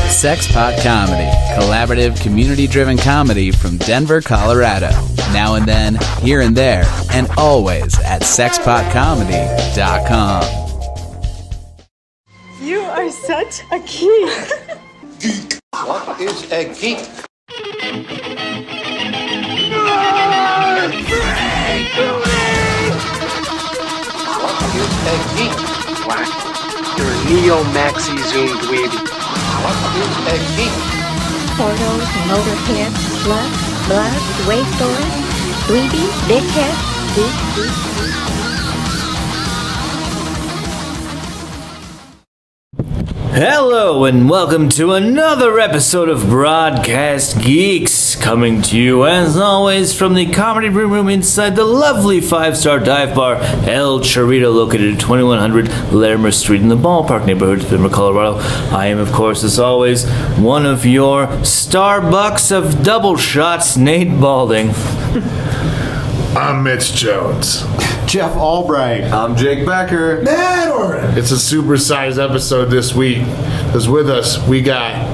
Sexpot Comedy, collaborative, community driven comedy from Denver, Colorado. Now and then, here and there, and always at sexpotcomedy.com. You are such a geek. What is a geek? What is a geek? You're a neo maxi zoom dweeby. What is a geek? Portals, motorhead, slut, blood, wasteoid, dweeby, dickhead, geek, geek. Hello, and welcome to another episode of Broadcast Geeks, coming to you as always from the Comedy Room Room inside the lovely five star dive bar El Chorito, located at 2100 Larimer Street in the Ballpark neighborhood of Denver, Colorado. I am, of course, as always, one of your Starbucks of double shots, Nate Balding. I'm Mitch Jones. Jeff Albright. I'm Jake Becker. Matt Oren. It's a supersized episode this week. Because with us, we got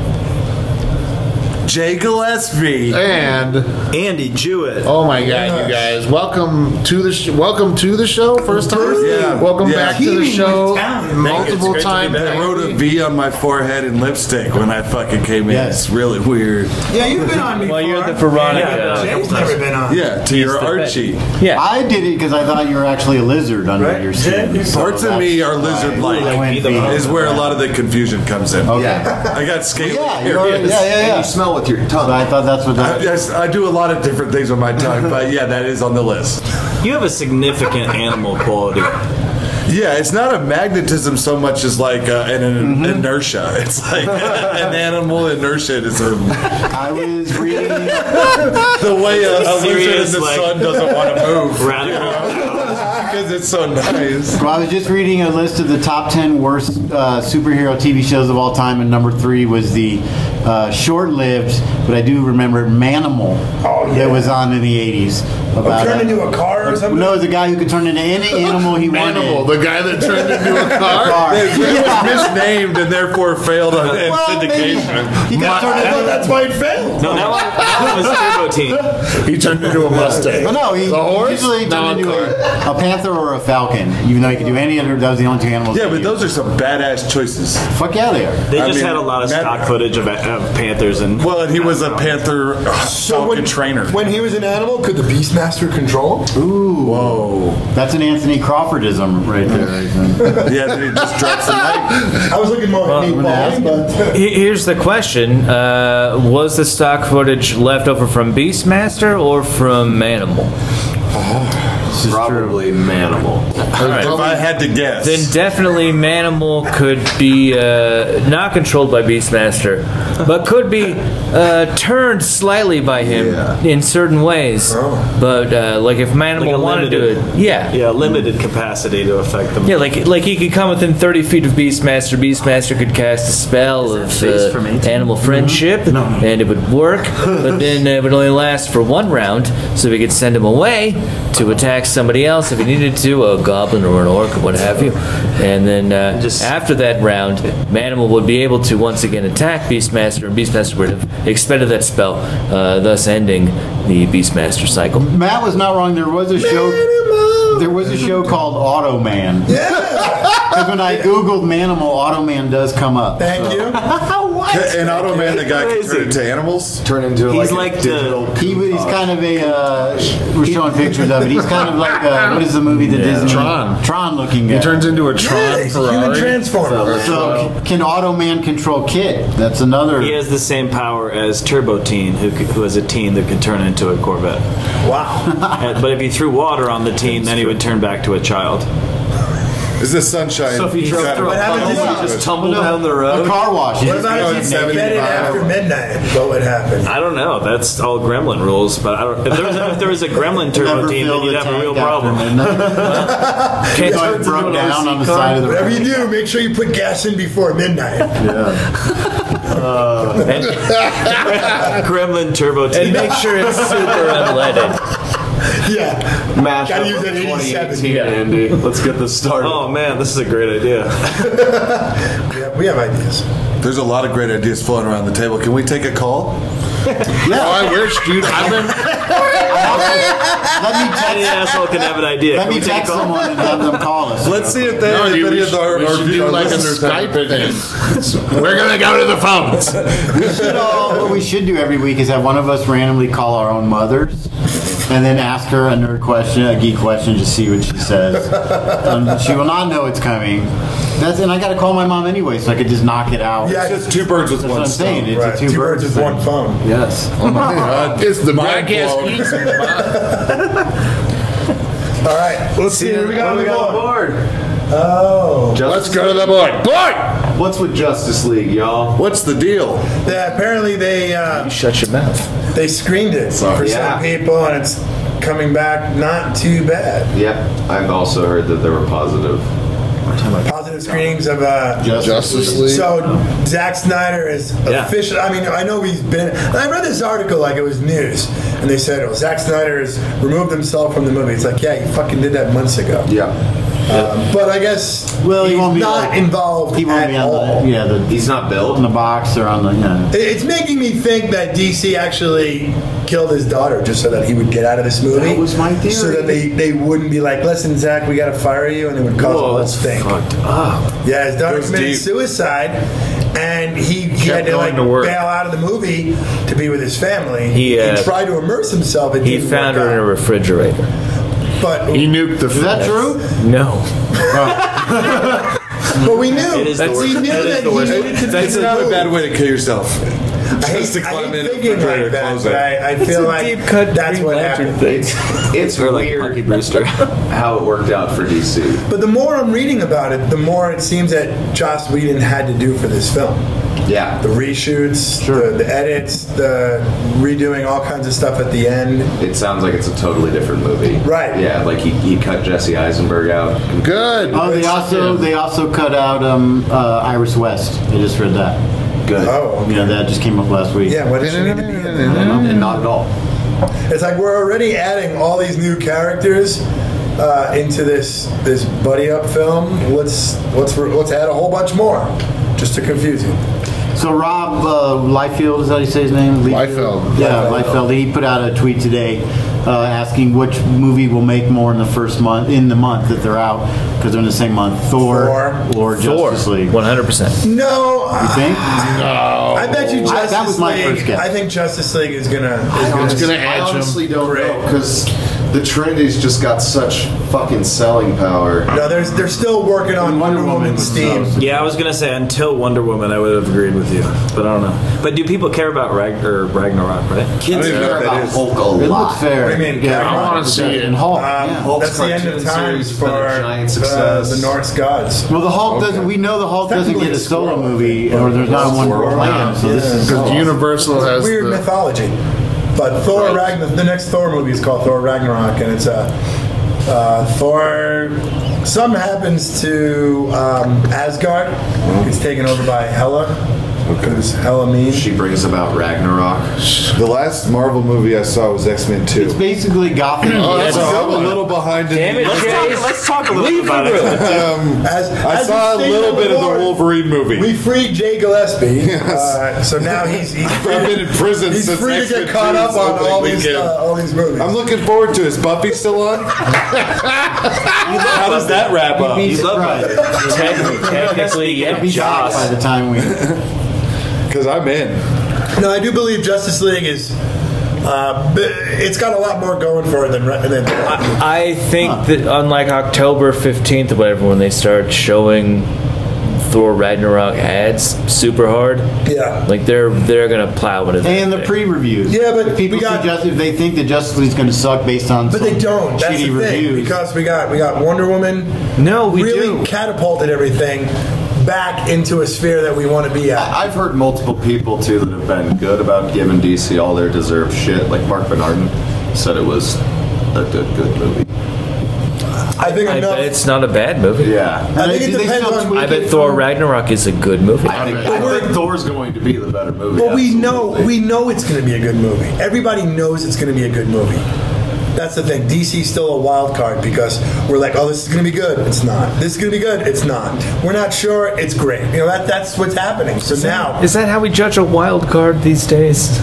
Jay Gillespie. and Andy Jewett. oh my god, you guys! Welcome to the sh- welcome to the show. First time. Yeah. Welcome Yeah. back to the Keeping show. with talent. Multiple time. back. I wrote a V on my forehead in lipstick when I fucking came in. Yes. It's really weird. Yeah, you've been on before. Well, you're the Veronica. Jay's never been on. Yeah, to your Archie. I did it because I thought you were actually a lizard under Right? your skin. Yeah. So Parts of that's me are why lizard I went like, vegan. is where a lot of the confusion comes in. Okay. I got scaly Yeah, you're, yeah, areas. yeah, yeah. You smell with your tongue. So I thought that's what I, that. I- I do a lot of different things with my tongue, but yeah, that is on the list. You have a significant animal quality. Yeah, it's not a magnetism so much as like uh, an, an Mm-hmm. inertia. It's like an animal inertia is a, I was reading. the way a, a lizard in Serious, the like- sun doesn't want to move Radical. because it's so nice. Well, I was just reading a list of the top ten worst uh, superhero TV shows of all time, and number three was the uh, short-lived, but I do remember Manimal Oh, yeah. that was on in the '80s. About Turned a- into a car or something. no, it was a guy who could turn into any animal he wanted. Animal, the guy that turned into a car. Car. It was misnamed and therefore failed on in Well, maybe. syndication. He got turned into That's why it failed. No, that one, that one was Turbo Team. he turned into a Mustang. But no, he the horse. usually turned No, a into car. a, a panther or a falcon, even though he could do any other. That was the only two animals. Yeah, he but could those are some badass choices. do. fuck yeah, they are. They I just mean, had a lot of Matt- stock footage of, of Panthers and. Well, and he was a Panther uh, Falcon trainer. When he was an animal, could the Beastmaster control? him? Ooh, Whoa. that's an Anthony Crawfordism right there. I think. Yeah, then he just dropped some knife. I was looking more at Nate Baldwin, but He- Here's the question: uh, Was the stock footage left over from Beastmaster or from Manimal? This is true. All right. If I had to guess. Then definitely Manimal could be uh, not controlled by Beastmaster, but could be uh, turned slightly by him Yeah. Oh. in certain ways. But uh, like if Manimal Like a wanted to do limited- it, yeah. yeah. Yeah, limited capacity to affect them. like like he could come within thirty feet of Beastmaster. Beastmaster could cast a spell of uh, animal Mm-hmm. friendship, and it would work. But then it would only last for one round, so we could send him away to attack somebody else if he needed to, a goblin or an orc or what have you. And then uh, Just- after that round, Manimal would be able to once again attack Beastmaster, and Beastmaster would have expended that spell, uh, thus ending the Beastmaster cycle. Matt was not wrong. There was a show. There was a show called Auto Man. Yeah. Because when I googled Manimal, Auto Man does come up. thank you. and Automan, the guy can turn into animals. Turn into He's like, the. He, was- he's kind of a. Uh, we're showing pictures of it. He's kind of like uh what is the movie that Disney Tron. Tron looking guy. He turns into a Tron He's a human Ferrari. transformer. So c- can Auto Man control Kit? That's another. He has the same power as Turbo Teen, who, c- who has a teen that could turn into a Corvette. Wow. And- but if you threw water on the teen, then he would turn back to a child. Is this sunshine? So if he He's drove got- through a What happens tunnel, if he you just tumbled No, down the a road. car wash. What about if you fed it after midnight? What would happen? I don't know. That's all Gremlin rules. But I don't, if, there was a, if there was a Gremlin Turbo Never Teen, fill then you'd the have a tank real after problem. midnight. Can't- So it broke down on the side of the Whatever you road. do, make sure you put gas in before midnight. and- Gremlin Turbo Teen. and make sure it's super unleaded. yeah. Mash Gotta use an 87. Andy. Let's get this started. Oh man, this is a great idea. Yeah, we have ideas. There's a lot of great ideas floating around the table. Can we take a call? No, I wish, dude. I've been. Let me Any asshole can have an idea. Let Can me we take a text call? someone and have them call us. Let's see if they No, if dude, any we of should, our, we our, should do our like a listeners Skype have- thing. We're gonna go to the phones. We should all, what we should do every week is have one of us randomly call our own mothers and then ask her a nerd question, a geek question, just see what she says. Um, she will not know it's coming. That's and I got to call my mom anyway, so I could just knock it out. Yeah, It's two birds with that's what one I'm stone. saying. It's right. a two, birds with one phone. Yes. God, It's the mind broadcast blown. geeks. All right, let's see. What do we got on the board? Oh, Let's go to the board. Board. What's with Justice League, y'all? What's the deal? yeah, apparently they uh, Shut your mouth. they screened it for Yeah. some people, and it's coming back not too bad. Yep, I've also heard that there were positive. Positive screenings of uh, Justice League. So Zack Snyder is Yeah. official. I mean, I know he's been. I read this article like it was news, and they said, "Oh, Zack Snyder has removed himself from the movie." It's like, yeah, he fucking did that months ago. Yeah. Um, but I guess Well, he he's won't be not like- involved He won't at be on all. the yeah the He's not in the built. box or on the yeah. It- It's making me think that DC actually killed his daughter just so that he would get out of this movie. That was my theory. So that they, they wouldn't be like, listen, Zach, we got to fire you, and it would cause a Whoa, whole that's thing. fucked up. Yeah, his daughter Goes committed deep. suicide, and he, he had to going like to work. bail out of the movie to be with his family. He, uh, tried to immerse himself. It He didn't found work her in a out. refrigerator. but He nuked the. Is that true? No. but we knew It is the we worst- knew it is that the worst. he needed to That's be not a removed. bad way to kill yourself. I hate, Just to I climb hate in a thinking refrigerator like that, closet. but I, I feel a like deep-cut that's Green what Lantern happened. It's it's Or like weird Punky Brewster. how it worked out for DC. But the more I'm reading about it, the more it seems that Joss Whedon had to do for this film. Yeah. The reshoots, the, the edits, the redoing all kinds of stuff at the end. It sounds like it's a totally different movie. Right. Yeah, like he, he cut Jesse Eisenberg out. Good. Oh, they also they also cut out um, uh, Iris West. I just read that. Good. Oh, okay. Yeah, that just came up last week. Yeah, what does she need to be in it? And not at all. It's like we're already adding all these new characters uh, into this this buddy up film. Let's let's let's add a whole bunch more just to confuse you. So Rob uh, Liefeld, is that how you say his name? Liefeld. Yeah, Liefeld. He put out a tweet today uh, asking which movie will make more in the first month, in the month that they're out, because they're in the same month. Thor, or Justice League. You 100%. No, I, think? I bet you I- Justice that was my League. first guess. I think Justice League is gonna. It's Is gonna gonna I edge him. honestly don't know Great. because the Trinity's just got such fucking selling power. no, there's they're still working on Wonder, Woman, was uh, Steam. those. Yeah, I was gonna say until Wonder Woman, I would have agreed with you, but I don't know. But do people care about Rag- or Ragnarok? Right? I don't Kids even know care what that about is. Hulk a It lot. looked fair. What do you mean? Yeah, I wanna see it. And Hulk. Uh, Um, yeah. Hulk's that's the end of cartoon times series has for uh, been a giant the, success. the Norse gods. Well, the Hulk doesn't. We know the Hulk doesn't Technically get a solo Squirrel. movie, or there's not one Squirrel. planned. So this is Because Universal has Weird the. mythology. But Thor Ragnarok, the next Thor movie is called Thor Ragnarok, and it's a uh, Thor. Some happens to um, Asgard. It's taken over by Hela. Because Hela means She brings about Ragnarok. The last Marvel movie I saw was X Men Two. basically Gotham. Oh, that's So a I'm a little behind. in- Let's talk, let's talk a little bit about it. As, I as saw a we stated little bit of the before, Wolverine movie. We freed Jay Gillespie, uh, so now he's he's free, I've been in prison he's since free to X-Men get caught 2 up is on opening all these weekend. uh, all these movies. I'm looking forward to. it. Is Buffy still on? How does that wrap up? You'd be You love surprised. it. Technically, technically, yeah, It'd be shocked by Joss. the time we. Because I'm in. No, I do believe Justice League is. Uh, b- it's got a lot more going for it than re- than. I think that on like October 15th or whatever, when they start showing Thor Ragnarok ads super hard, yeah. like they're they're gonna plow into that. And the thing. pre-reviews. Yeah, but If people we got- suggest if they think that Justice League's going to suck based on. But they some don't. That's shitty the thing reviews. because we got we got Wonder Woman. No, we really do. catapulted everything back into a sphere that we want to be at. I've heard multiple people too that have been good about giving DC all their deserved shit. Like Mark Bernardin said, it was a good, good movie. I think I enough. bet it's not a bad movie. Yeah, I And think they- it they depends still on- tweak I bet it Thor from- Ragnarok is a good movie. I think, I think Thor's going to be the better movie. But we know absolutely. we know it's going to be a good movie. Everybody knows it's going to be a good movie. That's the thing. DC's still a wild card because we're like, oh, this is going to be good. It's not. This is going to be good. It's not. We're not sure. It's great. You know, that that's what's happening. So now, Is that how we judge a wild card these days?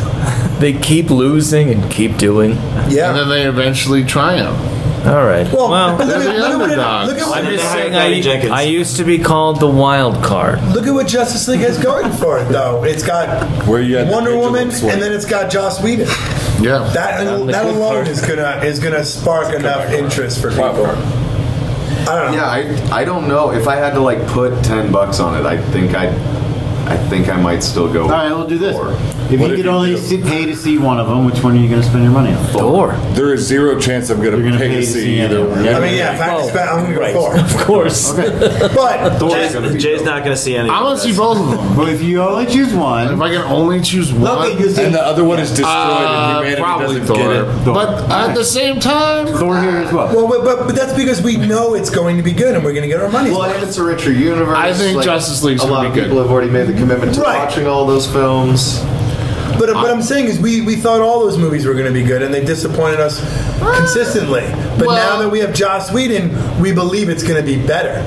they keep losing and keep doing. Yeah. And then they eventually triumph. All right. Well, look they're at- the look at what it- underdogs. look at what I'm it- just saying I, I used to be called the wild card. Look at what Justice League has going for it, though. It's got Where you Wonder Woman, and then it's got Joss Whedon. Yeah, that that good alone part. is gonna is gonna spark enough interest for people. I don't know. Yeah, I don't know. If I had to like put ten bucks on it, I think I, I think I might still go. All right, we'll do this. If you could only see, pay to see one of them, which one are you going to spend your money on? Thor. There is zero chance I'm going to pay to see either one. I mean, yeah, if I had to spend, I'm gonna go Thor. Of course. But Jay's, Jay's not going to see any. I want to see both of them. But if you only choose one, if I can only choose one, and the other one is destroyed Uh, and humanity probably doesn't Thor. get it. But at the same time, Thor here as well. Well, but, but, but that's because we know it's going to be good and we're going to get our money. Well, it's a richer universe. I think like, Justice League's A gonna lot be of good. people have already made the commitment to Right. watching all those films. But what I'm saying is, we, we thought all those movies were going to be good, and they disappointed us consistently. But now that we have Joss Whedon, we believe it's going to be better.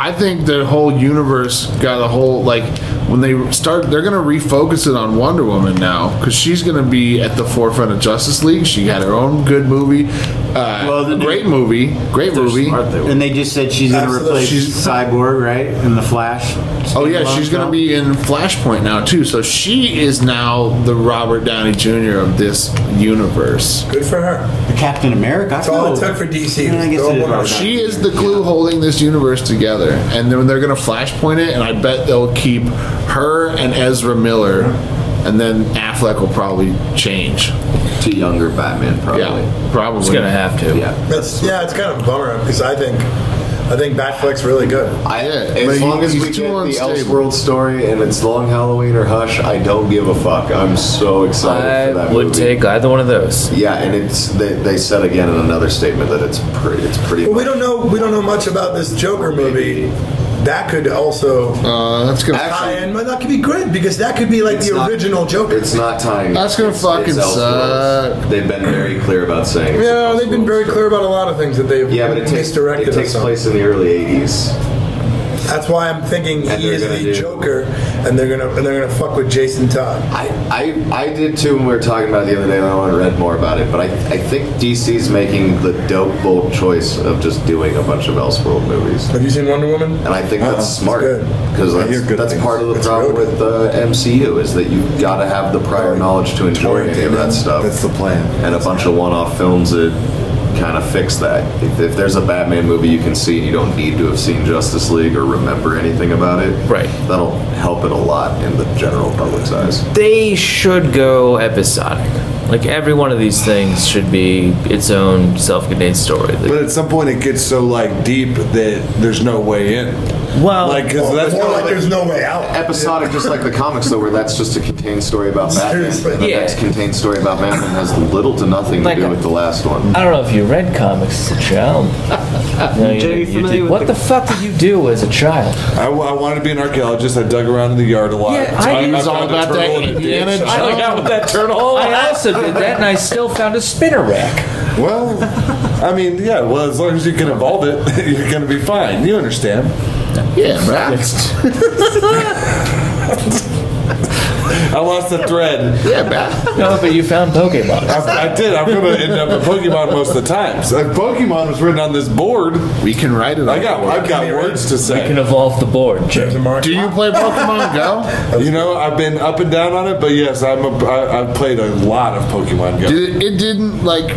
I think the whole universe got a whole like when they start they're gonna refocus it on Wonder Woman now because she's gonna be at the forefront of Justice League. She had her own good movie, uh, great movie, great movie. And they just said she's going to Absolutely. replace Cyborg, right? In the Flash. Oh yeah, she's gonna be in Flashpoint now too. So she is now the Robert Downey Jr. of this universe. Good for her. The Captain America. That's all it took for DC. Yeah, I guess it is. She is the glue holding this universe together, and then they're gonna flashpoint it, and I bet they'll keep her and Ezra Miller, and then Affleck will probably change to younger Batman, probably. Yeah, probably. He's gonna have to. Yeah. That's, yeah, it's kind of a bummer because I think I think Batfleck's really good. I, as long as we get the Elseworld story and it's Long Halloween or Hush, I don't give a fuck. I'm so excited for that would movie. take either one of those. Yeah, and it's they, they said again in another statement that it's pretty. It's pretty. Well, we don't know we don't know much about this Joker movie. That could also uh, that's gonna tie in, but that could be good because that could be like the not- original Joker. It's not time. That's gonna fucking Elseworlds. They've been very clear about saying. it's Yeah, they've been very clear about a lot of things that they've Yeah, but it takes, misdirected it takes us on. place in the early 80s. That's why I'm thinking he they're is gonna the do- Joker, and they're gonna and they're gonna fuck with Jason Todd. I, I, I did too when we were talking about it the other day, and I want to read more about it, but I, I think DC's making the dope, bold choice of just doing a bunch of Elseworld movies. Have you seen Wonder Woman? And I think that's Uh-uh. smart It's good. because I hear that's, good that's things. part of the It's problem good. with the MCU is that you've got to have the prior knowledge to enjoy any of that stuff. That's the plan. And a bunch of one-off films that kind of fix that. If, if there's a Batman movie you can see and you don't need to have seen Justice League or remember anything about it, right? That'll help it a lot in the general public's eyes. They should go episodic. Like every one of these things should be its own self-contained story. But at some point, it gets so like deep that there's no way in. Well, like because that's more like there's no way out. Episodic, just like the comics, though, where that's just a contained story about Batman. Seriously. And the Yeah. next contained story about Batman has little to nothing to do with the last one. I don't know if you read comics as a child. No, you- Jay, you you familiar did- with What the fuck did you do as a child? I, w- I wanted to be an archaeologist. I dug around in the yard a lot. Yeah, So I did. found It's all a about turtle that in a Indiana ditch. Jones. I hung out with that turtle. I also did that, and I still found a spinner rack. Well, I mean, yeah. Well, as long as you can evolve it, you're gonna be fine. You understand? Yeah, right. I lost the thread. Yeah, bad. No, but you found Pokemon. I, I did. I'm gonna end up with Pokemon most of the time. So like, Pokemon was written on this board. We can write it. I got. I've got words to say. You can evolve the board, Jay. Do you play Pokemon Go? You know, I've been up and down on it, but yes, I'm a, I, I've played a lot of Pokemon Go. Did it, it didn't like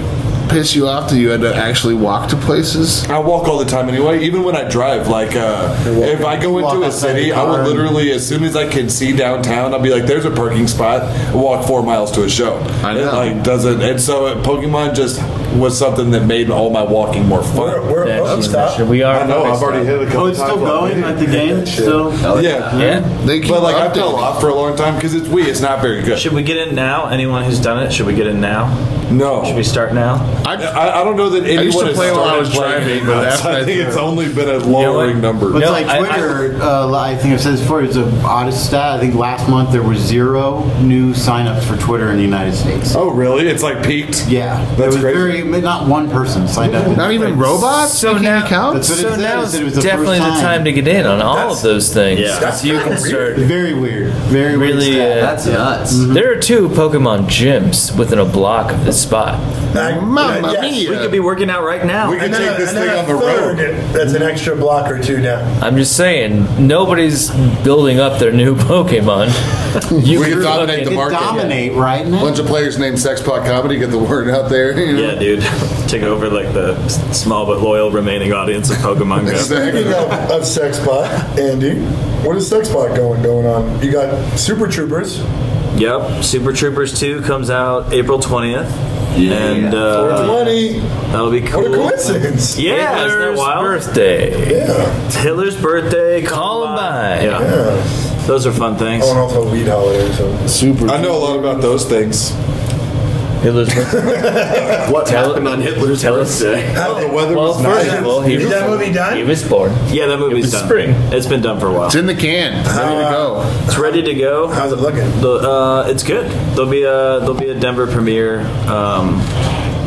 piss you off that you had to actually walk to places? I walk all the time anyway, even when I drive. Like, uh, if I go into a city, I will literally, as soon as I can see downtown, I'll be like, there's a parking spot, walk four miles to a show. I know. It, like, doesn't, and so uh, Pokemon just was something that made all my walking more fun. We're, we're almost out. We are. I know, I've already hit a couple Oh, it's still times already. going? Like the game? Still? Yeah. Yeah. They keep But, like, I updating. fell off for a long time because it's we. It's not very good. Should we get in now? Anyone who's done it, should we get in now? No. Should we start now? I, I, I don't know that used anyone to has play while I started was playing driving, it. but after I I think threw it's it. only been a lowering number. But it's like Twitter, I, uh, I think I've said this before, it's an oddest stat. I think last month there were zero new signups for Twitter in the United States. Oh, really? It's like peaked. Yeah, it That's was crazy. very every not one person signed up. Not even robots? So now, count? so now is definitely the time to get in on all of those things. Yeah. So you can start very weird, very really. weird. uh, stat. There are two Pokemon gyms within a block of this spot. Mamma Yes. mia. We could be working out right now. We could take this thing on the road. That's an extra block or two now. I'm just saying, nobody's building up their new Pokemon. You we could can dominate fucking- the market. right now. Bunch of players named Sexpot Comedy, get the word out there. you know? Yeah, dude. Take over like the s- small but loyal remaining audience of Pokemon Go. Speaking of, of Sexbot, Andy, what is Sexbot going going on? You got Super Troopers. Yep. Super Troopers 2 comes out April 20th. Yeah. And, uh, 420. That'll be cool. What a coincidence. Yeah, isn't that Hitler's wild? birthday. Yeah. Hitler's birthday. Columbine. Yeah. Those are fun things. Oh, and also weed holiday. So. Super. I know a lot about those things. Hitler's what happened on Hitler's birthday? How the weather Well, was first nice. of all, he Is was that born. movie He done? was born. Yeah, that movie's was done. spring. It's been done for a while. It's in the can. Ready to go. It's ready to go. Uh, How's it looking? The, uh, it's good. There'll be a there'll be a Denver premiere. Um,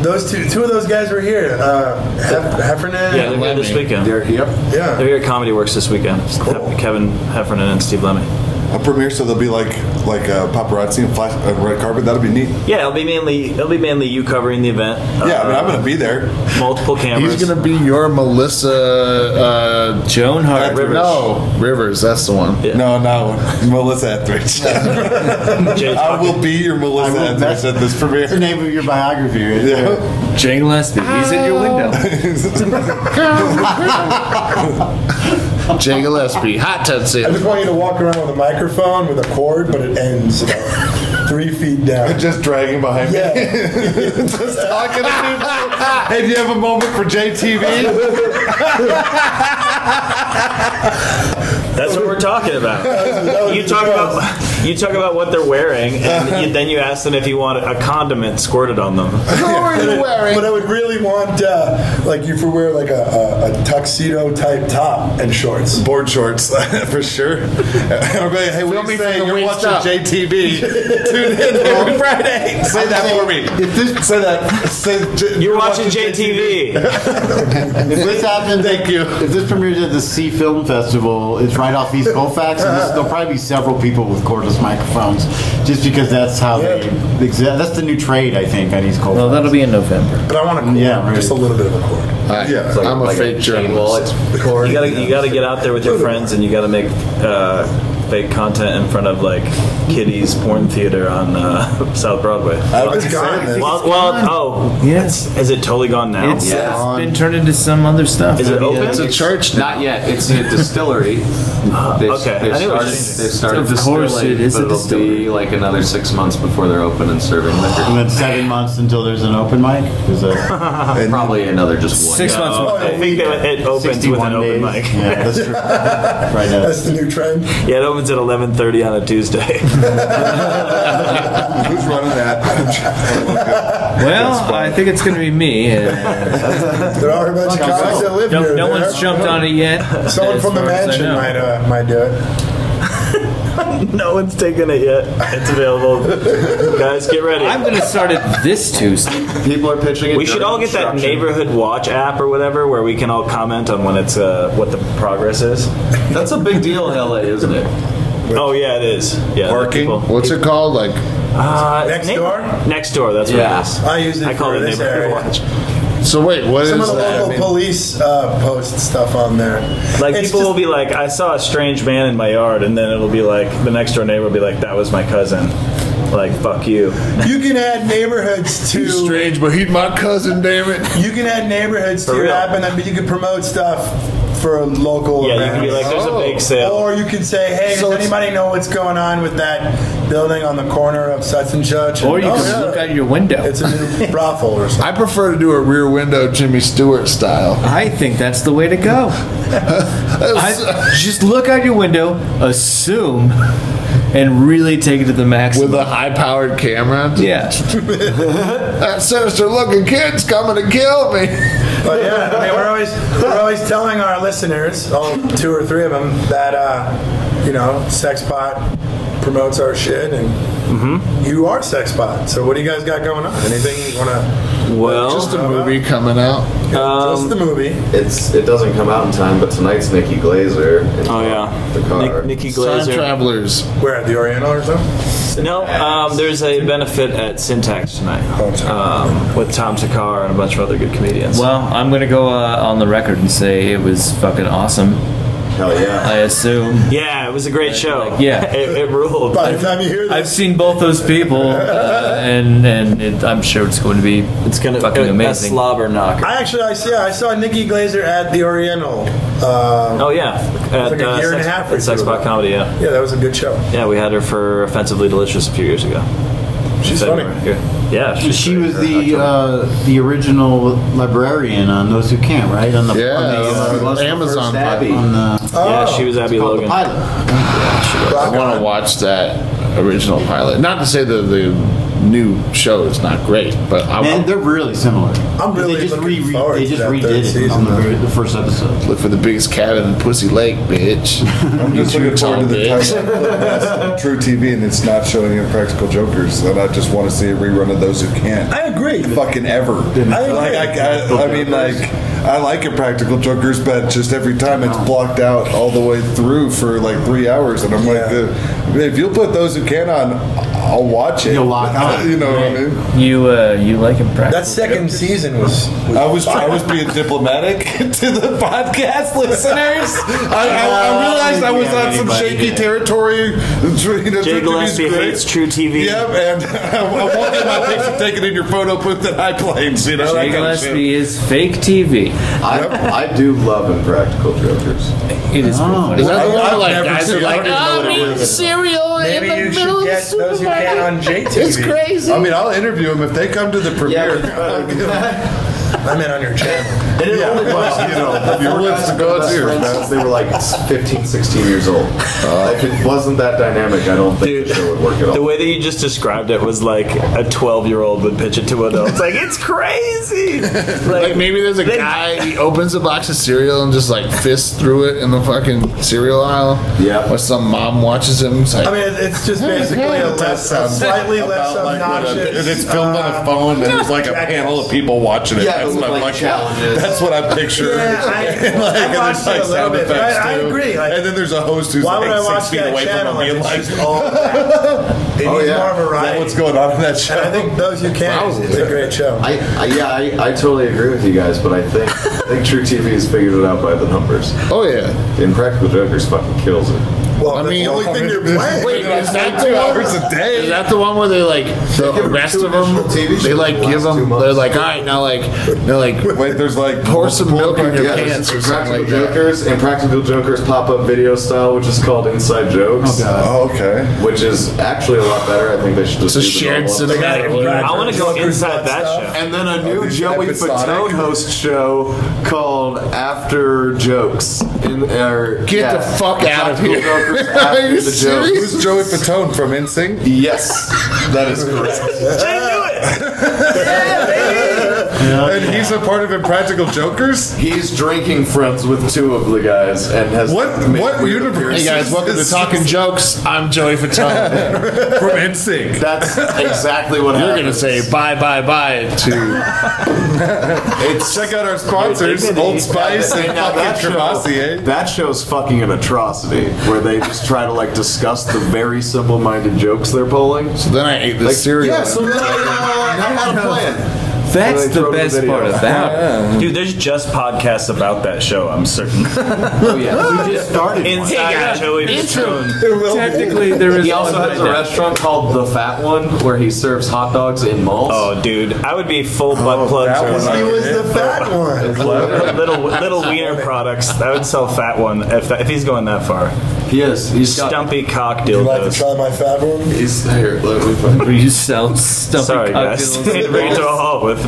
Those two, two of those guys were here. Uh, Hef- Heffernan. yeah, they're here this weekend. They're, Yep. Yeah. here at Comedy Works this weekend. It's Hef- Kevin Heffernan and Steve Lemmy. A premiere, so they'll be like like uh, paparazzi and flash uh, red carpet. That'll be neat. Yeah, it'll be mainly it'll be mainly you covering the event. Uh, Yeah, I mean, I'm gonna be there. Multiple cameras. He's gonna be your Melissa uh, Joan Hart Etheridge. Rivers. No, Rivers. That's the one. No, no, Melissa Etheridge. Jay's I will be your Melissa will- Etheridge at this That's the premiere. name of your biography, right there. Yeah. Jane Gillespie. He's at your window. Jay Gillespie, hot I tuxedo. just want you to walk around with a microphone with a cord, but it ends about three feet down. Just dragging behind me. Yeah. Just talking to people. Hey, do you have a moment for JTV? That's what we're talking about. you talk about you talk about what they're wearing, and you, then you ask them if you want a condiment squirted on them. Who are you wearing? But I would really want, uh, like, you for wear like a, a, a tuxedo type top and shorts. Board shorts, for sure. Everybody, hey, Film what me from the you saying? You're waist watching up. JTV. Tune in every Friday. Say that for me. If this Say that. Say, j- You're watching JTV. if this happens, Thank you. If this premieres at the Sea Film Festival, it's right off East Colfax, and this, there'll probably be several people with cordless microphones, just because that's how they exist. That's the new trade, I think, at East Well, Colfax. that'll be in November. But I want a cord, Yeah, right. just a little bit of a cord. I, Yeah. I'm a fake journalist. You gotta you gotta get out there with your friends, and you gotta make uh, fake content in front of like Kitty's porn theater on uh, South Broadway. It's gone. man. Well, well, oh, Yes. is it totally gone now? It's, it's been turned into some other stuff. Is it open? It's a church. Not yet. It's a distillery. They've, Uh, Okay, I They've knew it started, was they've started Of course distilling, it is a but it'll distillery. be like another six months before they're open and serving and liquor. then seven months until there's an open mic. Is that Probably another just one. Six months. Oh, I think that it opens with 61 an open days? mic. Yeah, that's true. right uh, now. That's the new trend. Yeah, it opens at 11:30 on a Tuesday. Who's running that? Well, I think it's going to be me. and There are a bunch of comics that live no, here. no There one's are- jumped on it yet. Someone as from the far as I mansion know. might uh, might do it. no one's taking it yet. It's available. Guys, get ready. I'm going to start it this Tuesday. People are pitching it. we should during all get that construction. neighborhood watch app or whatever, where we can all comment on when it's uh, what the progress is. That's a big deal in LA, isn't it? Oh yeah, it is. Yeah, Parking. people- What's it called? Like Uh, Next neigh- door? Next door. That's Yeah. what it is. I use it I call for it this neighborhood area. watch. so. Wait, what is Some of the that? local I mean, police uh, post stuff on there. Like It's people just- will be like, I saw a strange man in my yard, and then it'll be like the next door neighbor will be like, that was my cousin. Like fuck you. you can add neighborhoods to. he's strange, but he's my cousin. Damn it! You can add neighborhoods to For your real. app, and then you can promote stuff for local. Yeah, you can be events. like, there's a big sale. Oh. Or you can say, hey, So does it's- anybody know what's going on with that building on the corner of such and such? Or you Oh, can yeah. look out your window. It's a new brothel or something. I prefer to do it rear window, Jimmy Stewart style. I think that's the way to go. I, just look out your window, assume, and really take it to the maximum. With a high-powered camera, yeah. Uh, that sinister-looking kid's coming to kill me. But yeah, I mean, we're always we're always telling our listeners, all two or three of them, that uh, you know, Sexbot promotes our shit, and you are Sexbot. So what do you guys got going on? Anything you want to Well, just a movie coming out. Um, the movie. It's it doesn't come out in time, but tonight's Nikki Glazer. Oh yeah, the car. Nikki Glaser. travelers. Where at the Oriental or something? No, um, there's a benefit at Syntax tonight Oh, um, with Tom Takar and a bunch of other good comedians. Well, I'm gonna go uh, on the record and say it was fucking awesome. Hell yeah! I assume. Yeah, it was a great show. Yeah, it, it ruled. By the time you hear this, I've seen both those people, uh, and and it, I'm sure it's going to be it's gonna fucking amazing. slobber knocker. I actually, I see. I saw Nikki Glazer at the Oriental. Uh, oh yeah, It's like a year and a half or At Sex two. Bot Comedy, yeah. Yeah, that was a good show. Yeah, we had her for Offensively Delicious a few years ago. She's February. Yeah, she's she was the uh, the original librarian on Those Who Can't, right? On the Yeah, on the, uh, she was the Amazon first Abby pilot. on the Yeah, oh. she was Abby Logan. I want to watch that original pilot. Not to say that the new show is not great, but I Man, want they're really similar. I'm really they just, re- re- forward they to just that redid third it season, on the, very, the first episode. look for the biggest cat in Pussy Lake, bitch. I'm just You looking forward to the bitch. time True TV, and it's not showing Impractical Jokers, and I just want to see a rerun of those who can't. I agree. Fucking ever. I agree. Like, I, I, I mean, like, I like Impractical Jokers, but just every time it's blocked out all the way through for like three hours, and I'm like, the, if you'll put those who can on, I'll watch it. You'll lock You know what I mean? You uh, you like him practice? That second season was. I was I was being diplomatic to the podcast listeners. I, I, Uh, I realized I was on some shaky territory. You know, Jay Gillespie hates True TV. Yep, and I, I wanted my picture taken in your photo booth at high planes. You know, that Jay kind of shit. Gillespie is fake TV. I, I do love Impractical Jokers. It is Oh, funny. Is that the one I've where, like never guys seen- are I like, don't even know I'm what it eating is." cereal in Maybe the you middle should of get those who can Superman. on JTV. It's crazy. I mean, I'll interview them if they come to the premiere. I'm in on your channel. And it only was, you know, your lips to Oh, go to. They were like 15, 16 years old. Oh, if it wasn't that dynamic, I don't think the show would work at all. The way that you just described it was like a 12 year old would pitch it to an adult. It's like, it's crazy. Like, maybe there's a guy he opens a box of cereal and just like fists through it in the fucking cereal aisle. Yeah. Or some mom watches him. It's like, I mean, it's just basically a less, a slightly less obnoxious. um, And it's filmed on a phone, and there's like a panel of people watching it. Yeah, that's but with, my like, fucking- challenges. That's what I'm picturing. Yeah, I- and like, I and watched there's it a like little sound bit, but I- effects I too. agree, like, and then there's a host who's Why would I like six watch that feet away channel? from him, If being it's like, just all that. It needs uh, Oh, yeah. more "Is that variety. what's going on in that show?" And I think those who can, it's, it's a great show. I, I yeah, I, I totally agree with you guys, but I think I think True TV has figured it out by the numbers. oh yeah. The Impractical Jokers fucking kills it. well, I that's mean, the only thing they're playing. Wait, is that two the hours one? a day. Is that the one where they like the rest of them? They like give them. They're like, all right, now like, they're like, Wait, there's like pour some milk in your Yeah, there's pants or something Practical like that. Jokers and Practical Jokers pop-up video style, which is called Inside Jokes, Oh, okay. which is actually a lot better. I think they should It's just a do the shared normal- cinematic. I want to go inside that show. And then a new these Joey episodic- Fatone host show called After Jokes. In, or, Get the fuck out of Practical here. Jokers Are After you the serious? Jokes. Who's Joey Fatone from NSYNC? Yes, that is correct. And he's a part of Impractical Jokers. He's drinking friends with two of the guys and has What? made What weird universe? Hey guys, is welcome to this? Talking Jokes. I'm Joey Fatone. from NSYNC. That's exactly what You're happened. gonna say bye, bye, bye to It's Check out our sponsors, Old Spice and Now, that fucking eh? show- Crevassier. That show's fucking an atrocity, where they just try to like discuss the very simple-minded jokes they're pulling. Then I ate this cereal. Yeah, so now I had a plan. That's They the throw the best video. part of that. Dude, there's just podcasts about that show, I'm certain. Oh, yeah. We just started. one. Inside Joey Fatone. Technically, there is He also one has right a now. restaurant called The Fat One, where he serves hot dogs in malls. Oh, dude, I would be full butt plugs that or one. He like was the fat one. little little wiener products. I would sell fat one if that, if he's going that far. He is. He's got- Stumpy cock You like to dildos. try my fat one? He's here. Let me find. You sell stuff. Sorry, guys. Bring it to a halt with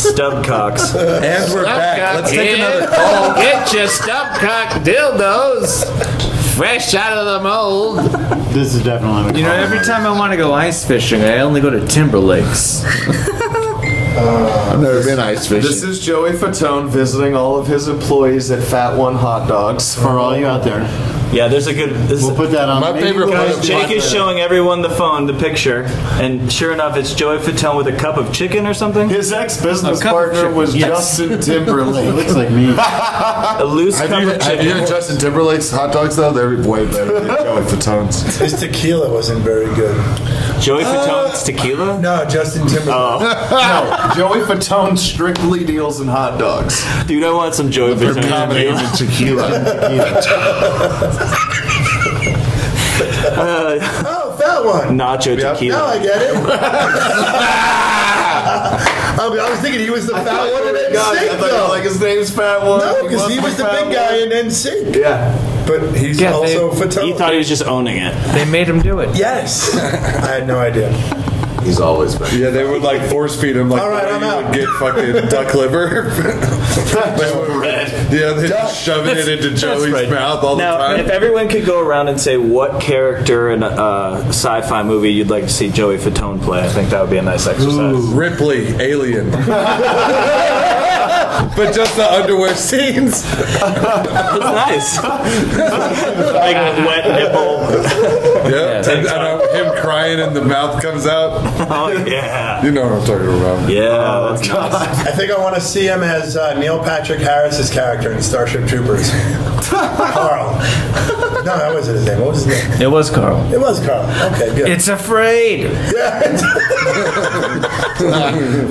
stub cocks. And we're back. Let's take another call. Get your stopcock dildos fresh out of the mold. This is definitely. You know, every time I want to go ice fishing, I only go to Timberlakes. I've never been ice This fishing. is Joey Fatone visiting all of his employees at Fat One Hot Dogs. for all you out there, Yeah, there's a good. This we'll put that on. My favorite part Guys, of Jake Black is Mirror. showing everyone the phone, the picture, and sure enough, it's Joey Fatone with a cup of chicken or something. His ex-business partner was Justin Timberlake. It looks like me. a loose have cup you, of have you chicken. had Justin Timberlake's hot dogs though? They're way better than Joey Fatone's. His tequila wasn't very good. Joey Fatone's tequila? No, Justin Timberlake. no, Joey Fatone strictly deals in hot dogs. Dude, I want some Joey Fatone. oh, that one. Nacho tequila. Now I get it. I was- I was thinking he was the fat one in God, I NSYNC, thought you though. were like his name's Fat One. No, because oh, he was the fat big guy in NSYNC. Yeah. But he's Yeah, they- also Fatone. He thought he was just owning it. They made him do it. Yes. I had no idea. He's always been. Yeah, they would like force feed him like the way you would get fucking duck liver. They would- Yeah, they just shoving it into Joey's mouth all now, the time. if everyone could go around and say what character in a uh, sci-fi movie you'd like to see Joey Fatone play, I think that would be a nice exercise. Ripley, Alien. but just the underwear scenes. That's nice. like wet nipple. Yeah, and, and uh, him crying and the mouth comes out. Oh yeah. You know what I'm talking about. Yeah, that's I think I want to see him as uh, Neil Patrick Harris's character in Starship Troopers. Carl. No, that wasn't his name. What was his name? It was Carl. It was Carl. Okay, good. It's afraid. It's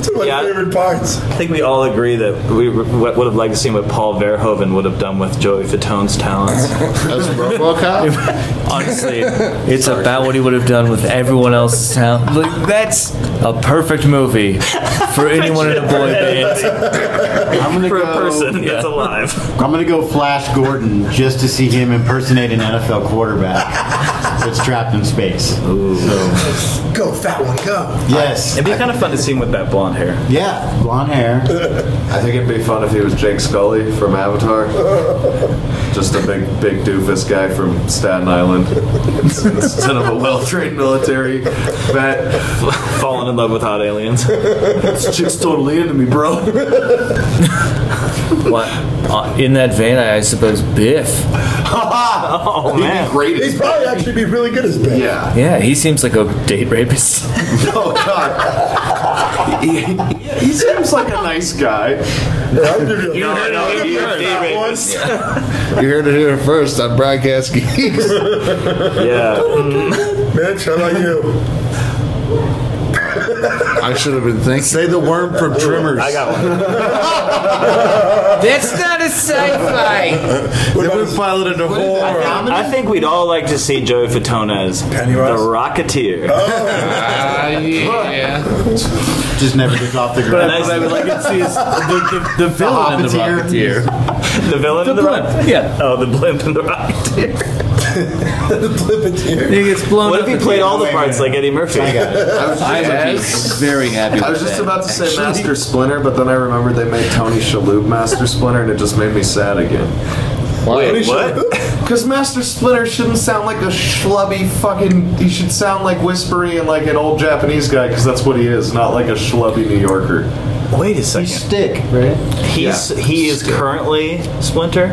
one of my favorite parts. I think we all agree that we w- would have liked to see what Paul Verhoeven would have done with Joey Fatone's talents. That's RoboCop. Honestly, It's about what he would have done with everyone else's talent. Like, that's a perfect movie for anyone in a boy band. I'm gonna for go, a person that's alive. I'm gonna go Flash Gordon just to see him impersonate an NFL quarterback that's trapped in space. So, Go, fat one, go. yes, it'd be kind of fun to see him with that blonde hair. yeah, blonde hair. I think it'd be fun if he was Jake Scully from Avatar. Just a big, big doofus guy from Staten Island instead of a well-trained military vet. Falling in love with hot aliens. this chick's totally into me, bro. What? uh, In that vein, I I suppose Biff. oh man, He's probably actually be really good as Ben. Yeah. Yeah, he seems like a date rapist. Oh God. he, he seems like a nice guy. You heard it here first. You heard it here first on Broadcast Geeks. Yeah. Mitch, how about you? I should have been thinking. Say the worm from Trimmers. I got one. That's not a sci-fi. They would have piloted a whole. I think we'd all like to see Joey Fatone as the Pennywise? Rocketeer. Oh. yeah. Just never gets off the But ground. I would like to see is the, the, the villain in the Puppeteer. Rocketeer. The villain The in the blimp, Rock- yeah. Oh, the blimp in the Rocketeer. the Blippeteer. He gets blown What up if he at played the- all the parts like Eddie Murphy? I got it. I would be very happy with I was just that. about to say actually. Master Splinter, but then I remembered they made Tony Shalhoub Master Splinter, and it just made me sad again. Wait, what? Because Master Splinter shouldn't sound like a schlubby fucking. He should sound like whispery and like an old Japanese guy, because that's what he is, not like a schlubby New Yorker. Wait a second. Stick, right? He's he is currently Splinter.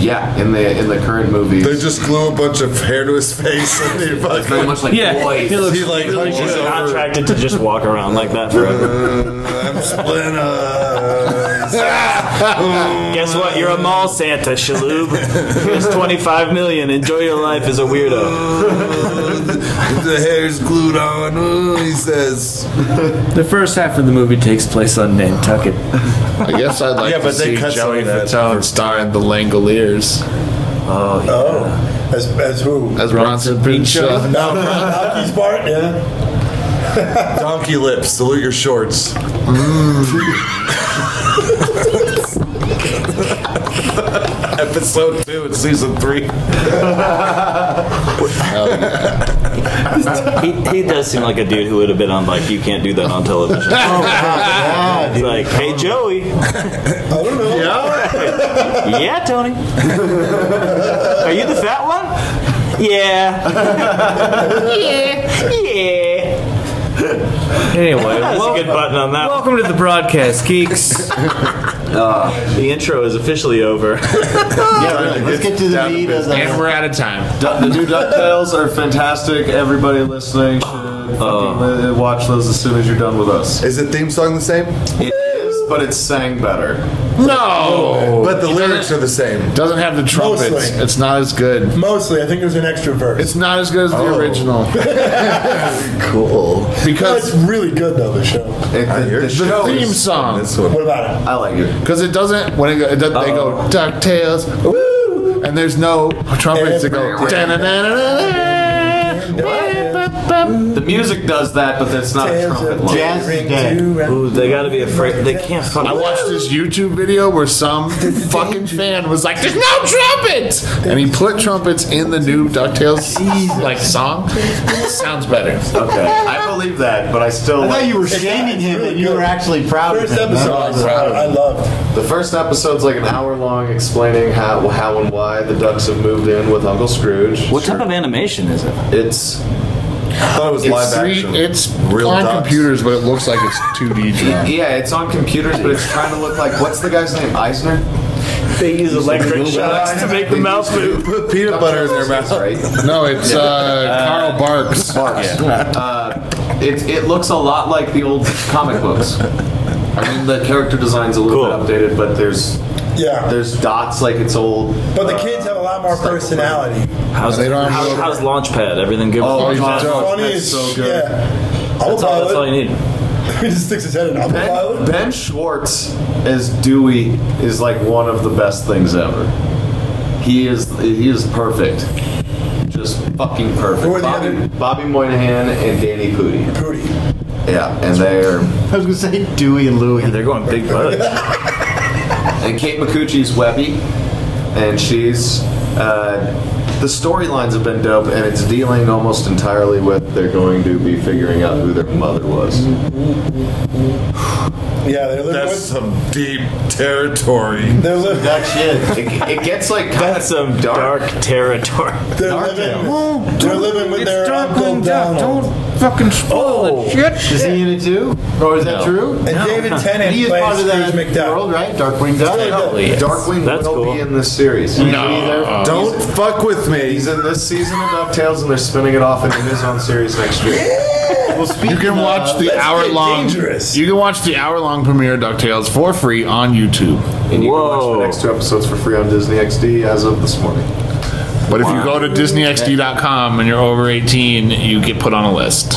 Yeah, in the in the current movies. They just glue a bunch of hair to his face and he fucking. Very much like Yeah, boys. he looks He like He's hunches just over. contracted to just walk around like that forever. Uh, I'm Splinter. Guess what? You're a mall Santa, Shalub. Here's 25 million. Enjoy your life as a weirdo. the hair's glued on. Ooh, he says. The first half of the movie takes place on Nantucket. I guess I'd like Yeah, to but they see cut some Joey of that. Fatone star in The Langoliers Oh, as, as who? as Bronson Pinchot. No, Rocky's part, yeah. Donkey lips. Salute your shorts. Mm. Episode two and season three. He, he does seem like a dude who would have been on like you can't do that on television. Oh, Yeah, It's dude. like, hey Joey. I don't know. Yeah, Tony. Are you the fat one? Yeah. yeah. Yeah. Anyway, That's a well, good button on that. welcome to the broadcast, geeks. the intro is officially over. yeah, let's get to the meat of the. And we're out of time. The new DuckTales are fantastic. Everybody listening should Oh. fucking li- watch those as soon as you're done with us. Is the theme song the same? It is, but it's sang better. No, but the lyrics are the same. Doesn't have the trumpets. Mostly. It's not as good. Mostly, I think there's an extra verse. It's not as good as Oh. the original. cool. Because it's really good though. The show. the theme song. What about it? I like it because it doesn't. When it, go, it does, they go Ducktales, woo, and there's no trumpets. They go. The music does that, but that's not a trumpet line. Jazz is dead. Ooh, they gotta be afraid. They can't fucking. I watched this YouTube video where some fucking fan was like, "There's no trumpets," and he put trumpets in the new Ducktales like song. Sounds better. Okay, I believe that, but I still. I thought like- you were shaming him that you were actually proud of him. First episode, I was proud of I loved. The first episode's like an hour long explaining how how and why the ducks have moved in with Uncle Scrooge. What type of animation is it? It's. I thought it was live It's, three- action. it's Real on ducks. computers, but it looks like it's 2D drawn. Yeah, it's on computers, but it's trying to look like what's the guy's name? Eisner. They use electric shocks to make the mouth move. Put peanut butter in their mouth, right? No, it's uh, Carl Barks. Barks. Uh, it, it looks a lot like the old comic books. I mean, the character design's a little bit updated, but there's yeah, there's dots like it's old. But the kids have a lot more personality. How's, how, how's Launchpad? Everything good? Oh, with Launchpad's Launchpad? funny as shit. That's all, that's all you need. He just sticks his head in. I'm Ben, ben Schwartz as Dewey is like one of the best things ever. He is he is perfect, just fucking perfect. Bobby, Bobby Moynihan and Danny Pudi. Pudi. Yeah, and they're I was gonna say Dewey and Louie. they're going big bucks. and Kate McCucci's Webby, and she's uh, the storylines have been dope, and it's dealing almost entirely with they're going to be figuring out who their mother was. Yeah, they're living That's some deep territory. They're living that shit. It, it gets like kind of some dark, territory. They're living. they're living with their Uncle Donald. fucking spoil oh, shit. Is he in it too? Or is that No. true? And David Tennant He is plays part of that Scrooge McDuck. world, right? Darkwing Duck. Darkwing will be in this series. No. don't fuck with me. He's in this season of DuckTales, and they're spinning it off into his own series next year. You can watch the hour long. You can watch the hour long premiere of Ducktales for free on YouTube. And you can watch the next two episodes for free on Disney XD as of this morning. But if you go to DisneyXD.com and you're over 18, you get put on a list.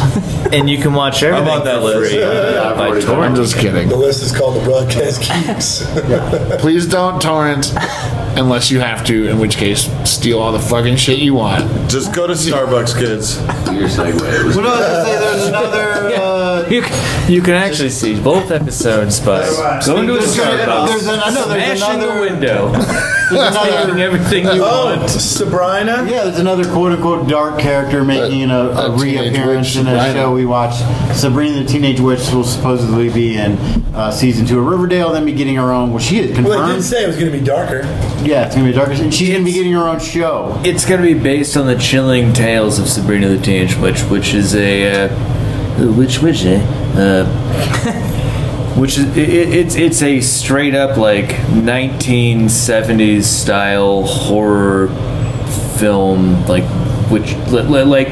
and you can watch everything I'm on that for list. free. Yeah, I've By already torrent. I'm just kidding. The list is called the Broadcast Geeks. Please don't torrent unless you have to, in which case, steal all the fucking shit you want. Just go to Starbucks, kids. Your segue Well, no, I was gonna say there's another. Uh, You can, you can actually see both episodes by going to a There's another- Starbucks, there's an- I know there's smashing another- a window, taking everything you Oh, want. Sabrina. Yeah, there's another quote unquote dark character making a, a, reappearance in a Sabrina. show we watched. Sabrina the Teenage Witch will supposedly be in uh, season two of Riverdale, then be getting her own. Well, she is confirmed. Well, they did say it was going to be darker. yeah, it's gonna be darker, and she's gonna be getting her own show. It's going to be based on the chilling tales of Sabrina the Teenage Witch, which is a uh, which which eh? uh, which is it, it- it's it's a straight up like 1970s style horror film, like which li, li- like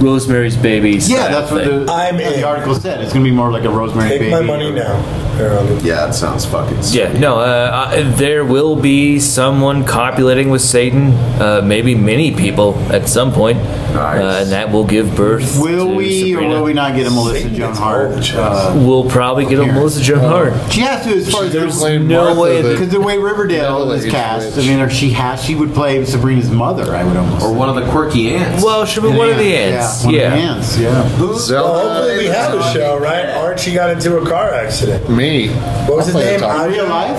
Rosemary's Baby. Yeah, style that's what thing. the, I'm in. the article said. It's gonna be more like a Rosemary Take Baby. my money now. Yeah, that sounds fucking. Yeah, no, uh, I, there will be someone copulating with Satan, uh, maybe many people at some point, uh, and that will give birth. Will to we or Sabrina. will we not get a Melissa Joan Hart? Uh, We'll probably get a Melissa Joan Hart. she has to, as far as there's no Martha, way the- because the way Riverdale is cast, I mean, or she has, she would play Sabrina's mother. I would almost, or one of the quirky aunts. Well, she'll be one of the ants. Yeah, one Yeah. of the ants. Yeah. Well, hopefully we have a show, right? Archie got into a car accident. Me. What was his I'll play name? the top. Archie? Real life?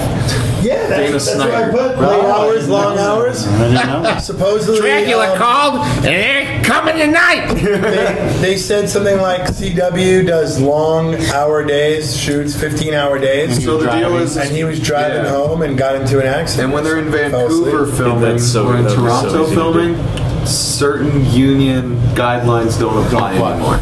Yeah, Dana that's, that's what I Snyder. put. Late Right. hours, long hours. Supposedly, um, called and they're coming tonight. they, they said something like CW does long hour days, shoots 15 hour days. So the deal is- and he was driving Yeah. home and got into an accident. And when they're in Fell asleep. Vancouver filming or in Toronto filming, certain union guidelines don't apply anymore.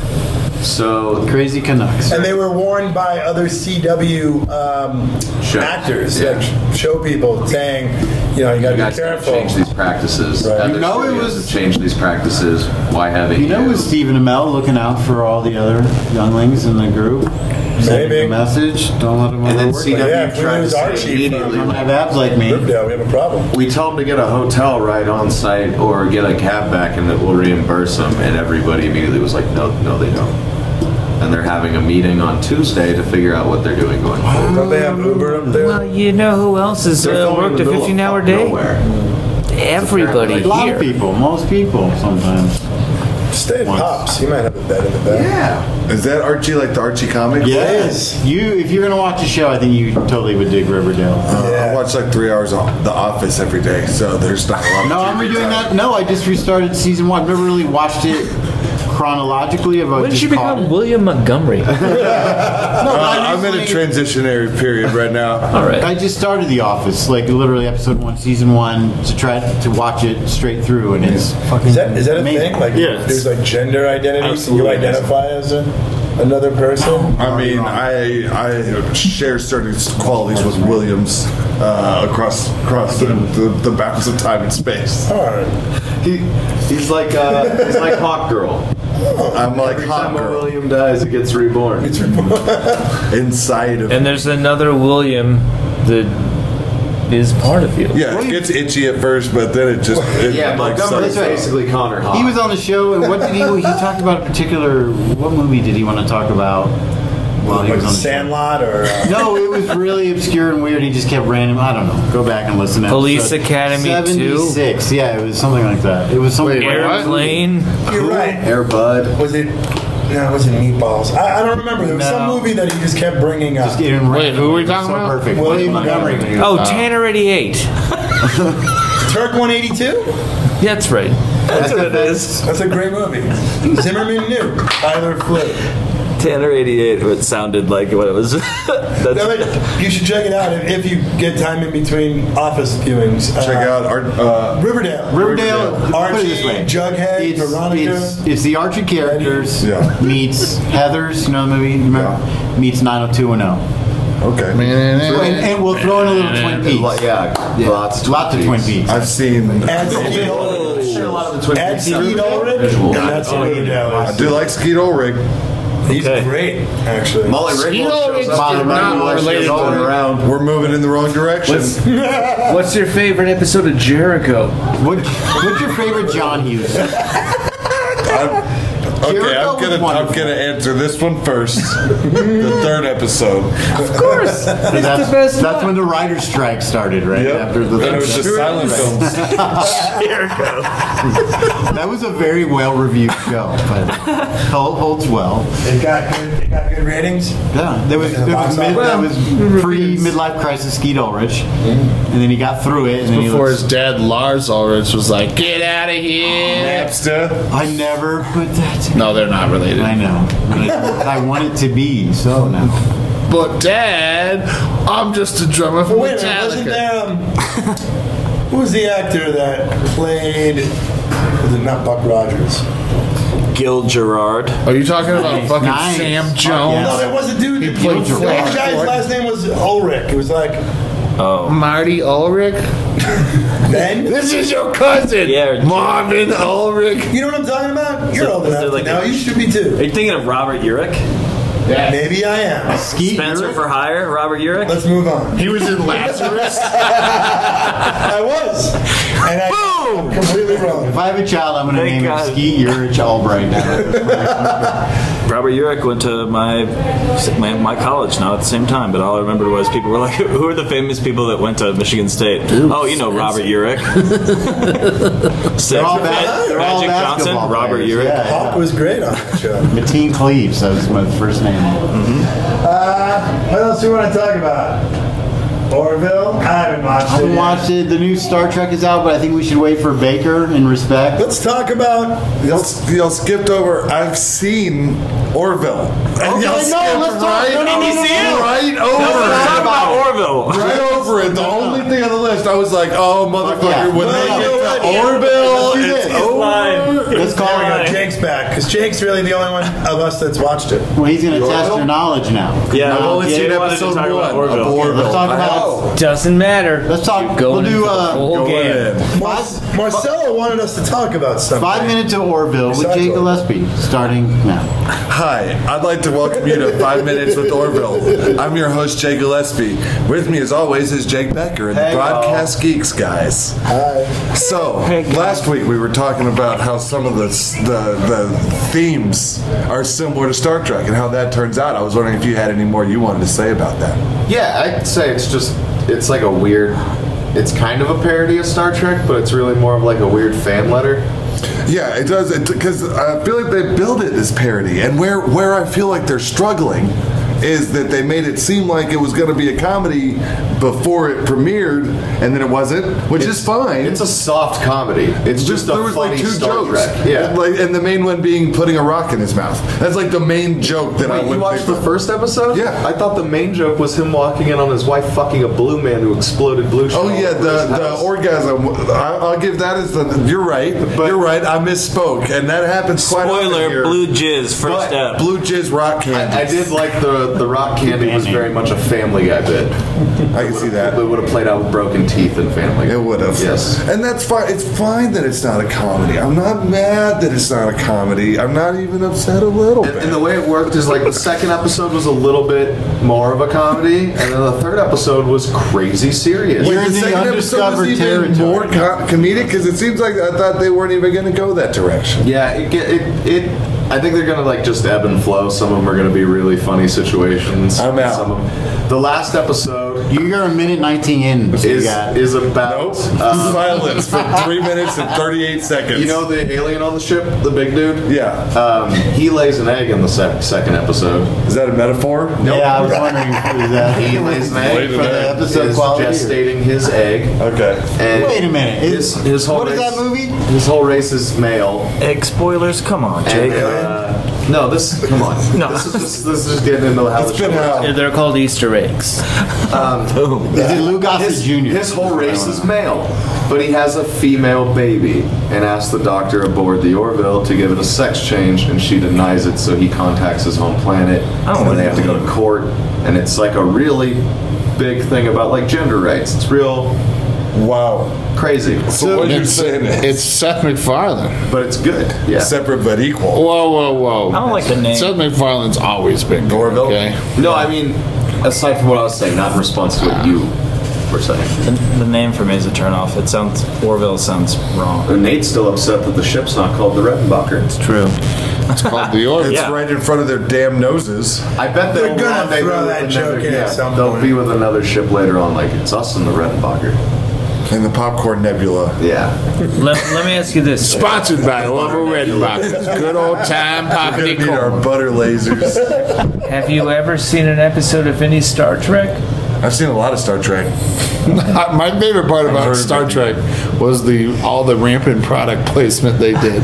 So crazy Canucks. And they were warned by other CW um, Show. actors, Yeah. like show people, saying, you know, you got to be careful. Change these practices. Other You know it studios have changed these practices. Why haven't You know, it was Stephen Amell looking out for all the other younglings in the group. Sending a message. Don't let them And then overwork CW them. tried to say immediately, Don't like, have abs like me. we have a problem. We tell them to get a hotel right on site or get a cab back, and that we'll reimburse them. And everybody immediately was like, "No, no, they don't." And they're having a meeting on Tuesday to figure out what they're doing going forward. Don't they have Uber up there? Well, you know who else has They're uh, filming in worked the a middle of 15 hour day? Everybody A lot of here. people. Most people sometimes. Stay at Once. Pops. You might have a bed in the back. Yeah. Is that Archie like the Archie comic? uh, Yes. You, if you're gonna watch a show, I think you totally would dig Riverdale. Uh, I watch like three hours of The Office every day, so there's not a lot. Uh, No, I'm redoing that. No, I just restarted season one. I've never really watched it chronologically. I've When did just you caught become William Montgomery? Uh, I'm in a transitionary period right now. I just started The Office, like literally episode one, season one, to try to watch it straight through, and it's fucking. Is that, is that a amazing. thing? Like, there's like gender identity. Absolutely. You identify as a, another person. I mean, I I share certain qualities with Williams uh, across across the, the, the bounds of time and space. All right. He, he's like uh, he's like Hawk Girl. Oh, I'm like Every time a William dies, it gets reborn. It's reborn. inside of. And there's another William that is part of you. Yeah, it gets itchy at first, but then it just it, Yeah, Montgomery's sucks up. basically Connor Hawk. He was on the show, and what did he? He talked about a particular. What movie did he want to talk about? Well, he Like was on the show? Sandlot or. Uh, No, it was really obscure and weird. He just kept random. I don't know. Go back and listen. to Police episode Academy 2? 76. Yeah, it was something like that. It was something. Airplane. You're right. Airbud. Was it? No, it wasn't Meatballs. I, I don't remember. There was some movie that he just kept bringing up. Wait, who are we talking about? Perfect. William Montgomery. Uh, Oh, Tanner 88. Turk 182. That's right. That's what it is. That's a great movie. Zimmerman knew. Tyler Flew. Tanner 88, what sounded like what it was. That's, No, wait, you should check it out if, if you get time in between office viewings. Uh, Check out our uh, Riverdale. Riverdale. Put it Archie, this way. Jughead, Veronica. It's, it's the Archie characters Yeah. meets Heather's. You know the movie? You remember? Meets 90210. Okay. So- and, and we'll throw in a little Twin Peaks. yeah, lots, of Lots of Twin Peaks. I've seen. and Skeet Ulrich. Sure, a lot of the Twin And Peaks Skeet are Ulrich. visual. And that's Riverdale. I do like Skeet Ulrich. He's great, actually. Molly Ringwald shows up. She's all around. We're moving in the wrong direction. What's your favorite episode of Jericho? What, what's your favorite John Hughes? Okay, Jericho I'm was gonna I'm wonderful. gonna answer this one first. the third episode. Of course. That's, It's the best that's one. when the writer's strike started, right? Yep. After the Then it was just silent films. That was a very well-reviewed show, but hol- holds well. It got good. It got good ratings. Yeah, there was, there was, mid, that was pre midlife crisis Skeet Ulrich, and then he got through it. And then he Before looks, his dad Lars Ulrich was like, "Get out of here." Napster. I never put that. together." No, they're not related. I know. But I, I want it to be so now. But Dad, I'm just a drummer for But wait a minute, wasn't Metallica. there? Um, who was the actor that played? Was it not Buck Rogers? Gil Gerard. Are you talking about fucking Nice. Sam Fuck No, Jones? there was a dude. He Oh. played the Gerard. guy's last name was Ulrich. It was like Marty Ulrich? Ben. This is your cousin, Yeah. Marvin Ulrich. You know what I'm talking about? You're it- old is enough it like now. a- You should be too. Are you thinking of Robert Urich? Maybe I am. Spencer for Hire? Robert Urich? Let's move on. He was in Lazarus. I was, and I, I'm completely wrong. If I have a child, I'm going to Thank name God. it Skeet Urich Albright. Robert Urich went to my, my my college now at the same time, but all I remembered was people were like, who are the famous people that went to Michigan State? oh, you know, Robert Urich. They're Sick. all, bas- they're all Magic Johnson, basketball Robert players. Urich. Yeah, Hawk was great on that show. yeah. Mateen Cleaves, that was my first name. Mm-hmm. Uh, what else do we want to talk about? Orville. I haven't watched I haven't watched it. The new Star Trek is out, but I think we should wait for Baker in respect. Let's talk about Y'all, y'all skipped over. I've seen Orville. And y'all Okay, no, skipped let's talk- no, no, no, no, no, no. right over Let's it. talk about Orville. Right over it. The only thing thing on the list. I was like, oh motherfucker, when they get to Orville, it's over. Let's call on Jake's back because Jake's really the only one of us that's watched it. Well, he's going to test your knowledge now. Yeah, Now well, we let's did see what episode it is talking about one Orville. of Orville. Let's talk about. Doesn't matter. Let's talk. Going we'll do into the uh, full going game. in. Mar- Marcelo wanted us to talk about something. Five minutes of Orville with Jake Gillespie, starting now. Hi, I'd like to welcome you to Five Minutes with Orville. I'm your host, Jake Gillespie. With me, as always, is Jake Becker and the Broadcast Geeks guys. Hi. So, last week we were talking about how some of the, s- the the themes are similar to Star Trek and how that turns out. I was wondering if you had any more you wanted to say about that. Yeah, I'd say it's just it's like a weird. It's kind of a parody of Star Trek, but it's really more of like a weird fan letter. Yeah, it does because I feel like they build it as parody, and where where I feel like they're struggling is that they made it seem like it was going to be a comedy before it premiered, and then it wasn't, which is fine. It's a soft comedy. It's just a there was like funny two Star jokes, Trek, yeah. And, like, and the main one being putting a rock in his mouth. That's like the main joke that I Wait, would you watched think the of. first episode? Yeah. I thought the main joke was him walking in on his wife fucking a blue man who exploded blue. Oh yeah, the, the orgasm. I, I'll give that as the. You're right. you're right. I misspoke, and that happens quite often. Spoiler: here. Blue Jizz, first But up. Blue Jizz rock candy. I did like the the rock candy was very much a Family Guy bit. I can see that. It would have played out with broken teeth and Family. Guy. It would have. Yes. And that's fine. It's fine that it's not a comedy. I'm not mad that it's not a comedy. I'm not even upset a little bit. And the way it worked is like the second episode was a little bit more of a comedy, and then the third episode was crazy serious. Wait, more co- comedic because it seems like I thought they weren't even going to go that direction. Yeah, it, get- it, it. I think they're gonna like just ebb and flow. Some of them are gonna be really funny situations. I'm out. Some of, the last episode You're a minute 19 in. so you is got- is about uh, Silence for three minutes and 38 seconds. You know the alien on the ship, the big dude. Yeah. Um, he lays an egg in the sec- second episode. Is that a metaphor? No. Yeah, I was wondering who that He lays an egg Laid an for egg. the episode Is quality. gestating Gestating his egg. Okay. And Wait a minute. His, his whole What is race- that movie? His whole race is male. Egg spoilers? Come on, Jake. no, this. Come on. no, this is just, this is just getting into how it's been They're called Easter eggs. Um, Is it uh, Lou Gossett his, Jr.? His whole race is male, but he has a female baby and asks the doctor aboard the Orville to give it a sex change, and she denies it, so he contacts his home planet, and then they have to go to court, and it's like a really big thing about like gender rights. It's real. Wow. Crazy. it's, it's Seth MacFarlane. But it's good. Yeah. Separate but equal. Whoa, whoa, whoa. I don't like the name. Seth MacFarlane's always been good, okay? No, I mean, aside from what I was saying, not in response to what you were saying. The, the name for me is a turnoff. It sounds Orville sounds wrong. Nate's still upset that the ship's not called the Redenbacher. It's true. It's called the It's Yeah. right in front of their damn noses. I bet they'll They're gonna one day throw be with that another- joke in at some They'll point. be with another ship later on, like it's us and the Redenbacher. And the popcorn nebula. Yeah. let, let me ask you this. Sponsored by Lover Red Box. Good old time We're popping gonna need our butter lasers. Have you ever seen an episode of any Star Trek? I've seen a lot of Star Trek. Uh, My favorite part heard about of Star Trek was the all the rampant product placement they did.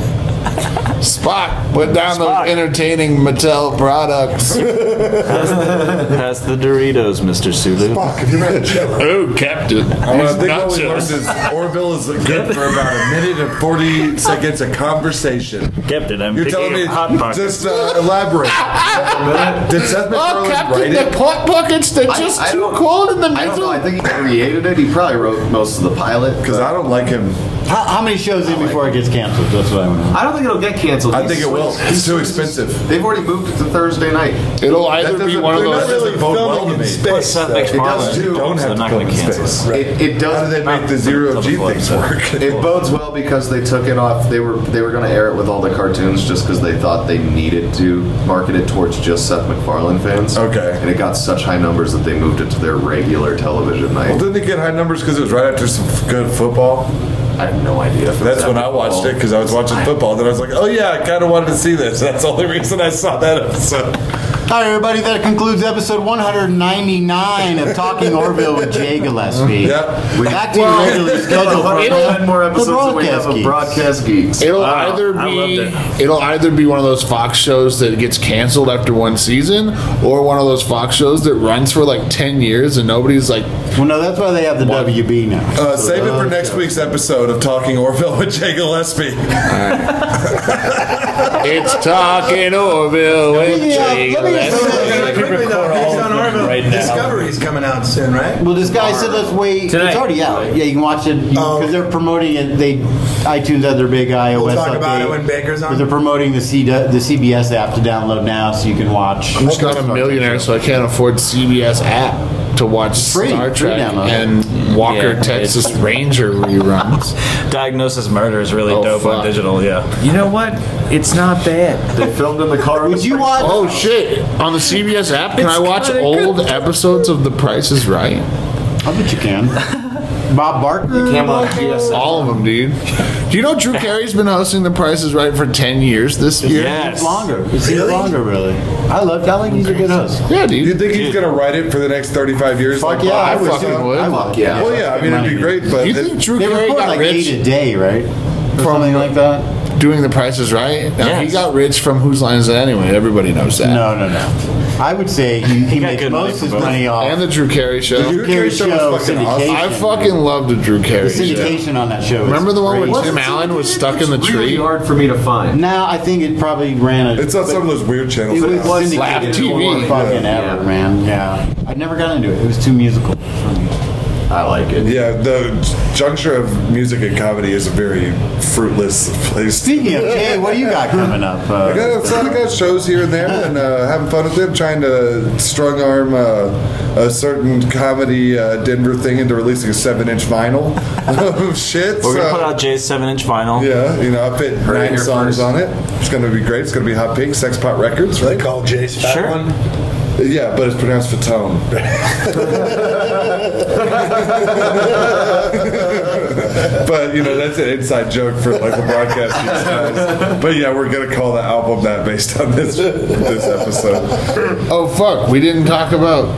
Spock put down those entertaining Mattel products. Pass the Doritos, Mr. Sulu. oh, Captain. I These think what nachos. we learned is Orville is good for about a minute and 40 seconds of conversation. Captain, I'm You're picking telling me, up hot pockets. just uh, elaborate. Did Seth Oh, MacFarlane Captain, write the it? pot buckets, they're I- just I too don't- cold in the I don't know. I middle. think he created it. He probably wrote most of the pilot. Because I don't like him. How, how many shows in before it gets canceled? That's what I want to know. I don't think it'll get canceled. I He think it switched- will. It's too expensive. They've already moved it to Thursday night. It'll That either be doesn't- one of they're not those. really vote filming well to in me. space, But Seth though. It MacFarlane does do. don't Don't have have to to go go in in space. space. It, it does. How do they make the zero G things work? It bodes well because they took it off. They were they were going to air it with all the cartoons just because they thought they needed to market it towards just Seth MacFarlane fans. Okay. And it got such high numbers that they moved it to their regular television Well, night. didn't they get high numbers because it was right after some f- good football? I have no idea. If it was That's when I watched it because I was watching football. Then I was like, oh yeah, I kind of wanted to see this. That's the only reason I saw that episode. Hi, everybody. That concludes episode 199 of Talking Orville with Jay Gillespie. We- Back to your regularly scheduled program. Ten oh more The episodes than we have Broadcast of Geeks. Broadcast Geeks. It'll either be it'll either be one of those Fox shows that gets canceled after one season, or one of those Fox shows that runs for like ten years and nobody's like. Well, no, that's why they have the WB now. Uh, save it Oh, for next week's episode of Talking Orville with Jay Gillespie. it's Talking Orville with Jay Quickly though, based on Orville, right now. Discovery's coming out soon, right? Well, this guy said let's wait. It's already out. Yeah, you can watch it because they're promoting it. They iTunes had their big iOS. Um, We'll talk about update. it when Baker's on. 'Cause They're promoting the C- the CBS app to download now, so you can watch. I'm just not a millionaire, so I can't afford CBS app to watch free. Star Free Trek download. and Walker Yeah, Texas it's- Ranger reruns. Diagnosis Murder is really dope on digital, yeah. You know what? It's not bad. They filmed in the car. Would you watch? Oh shit! On the CBS app, can It's I watch kinda old episodes of The Price Is Right? I bet you can. Bob Barker. All of them, dude. Do you know Drew Carey's been hosting The Price Is Right for ten years this year? Yes. Longer. It's even longer, really. I love. I like he's a good host. Yeah, dude. You think he's gonna write it for the next 35 years? Fuck like yeah, Bob I would, Ross? dude. I would, yeah. Well, yeah. I mean, it'd be great, but you think Drew They Carey record got like rich eight a day, right? Or something like that. doing The Price Is Right? Now, He Yes. got rich from Whose Line Is It Anyway? Everybody knows that. No, no, no. I would say he, he makes most of his money off and the Drew Carey show. The Drew Carey show was fucking awesome. I fucking love the Drew Carey The syndication show. on that show is Remember the one great. where Tim Allen was stuck in the tree? hard for me to find. Now I think it probably ran. A, It's on some of those weird channels. It now. was syndicated more fucking ever, man. Yeah, I never got into it. It was too musical. I like it. Yeah, the juncture of music and comedy is a very fruitless place. Speaking of, Jay, what do you got coming up? Uh, I got, so I got shows here and there and uh, having fun with them, trying to strong arm uh, a certain comedy uh, Denver thing into releasing a seven inch vinyl of shit. We're gonna so- put out Jay's seven inch vinyl. Yeah, you know, I fit Heard it nine here songs first. on it. It's gonna be great. It's gonna be Hot Pink, Sex Pot Records, right? They call Jay's Fat Sure. One? Yeah, but it's pronounced Fatone. but you know, that's an inside joke for like the broadcast these guys. But yeah, we're gonna call the album that based on this this episode. Oh fuck, we didn't talk about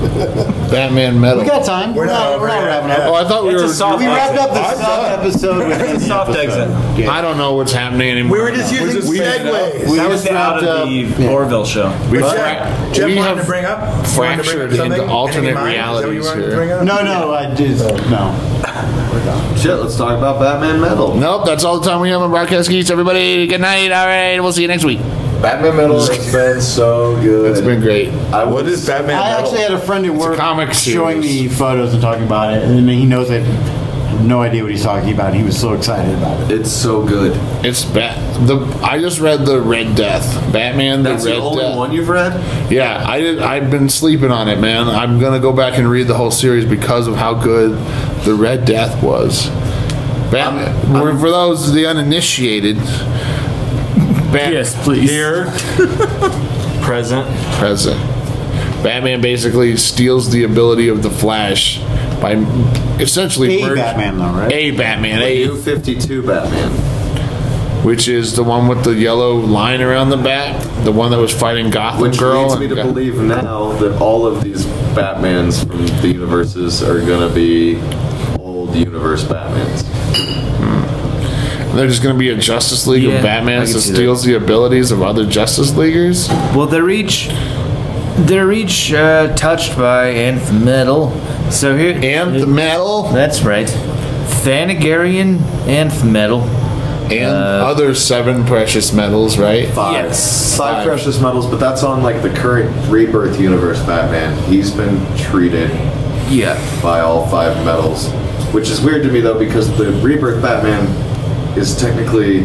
Batman Metal. We got time. We're not. We're not wrapping up. Oh, I thought we were. We wrapped up the soft episode with the soft episode. I don't know what's happening anymore. We were just using segues. We That just was wrapped up. The Orville show. We But fra- Jeff, Jeff we wanted have to bring up wanted to bring up fractured something? into alternate Anything in mind? Is that realities what you wanted to here. bring up? No, no, I did. No. Shit, let's talk about Batman Metal. Nope, that's all the time we have on Broadcast Geeks. Everybody, good night. All right, we'll see you next week. Batman Metal has been so good. It's been great. I what is Batman I actually had a friend at work comic showing series. me photos and talking about it, and he knows I have no idea what he's talking about. He was so excited about it. It's so good. It's bat. The I just read the Red Death, Batman. The That's the Red only Death. one you've read? Yeah, I did. I've been sleeping on it, man. I'm gonna go back and read the whole series because of how good the Red Death was. Batman. for- for those the uninitiated. Bat- yes, please. Here, Present. present. Batman basically steals the ability of the Flash by essentially A merg- Batman, though, right? A Batman, The a New 52 Batman. which is the one with the yellow line around the bat, the one that was fighting Gotham Which Girl. leads me to believe now that all of these Batmans from the universes are gonna be old universe Batmans. They're just going to be a Justice League Yeah, of Batman I that can see that. steals the abilities of other Justice Leaguers. Well, they're each they're each uh, touched by nth metal. So here nth metal. That's right. Thanagarian nth metal. And Uh, other seven precious metals, right? Five. Yes. Five precious metals, but that's on like the current Rebirth universe Batman. He's been treated yeah. by all five metals, which is weird to me though because the Rebirth Batman is technically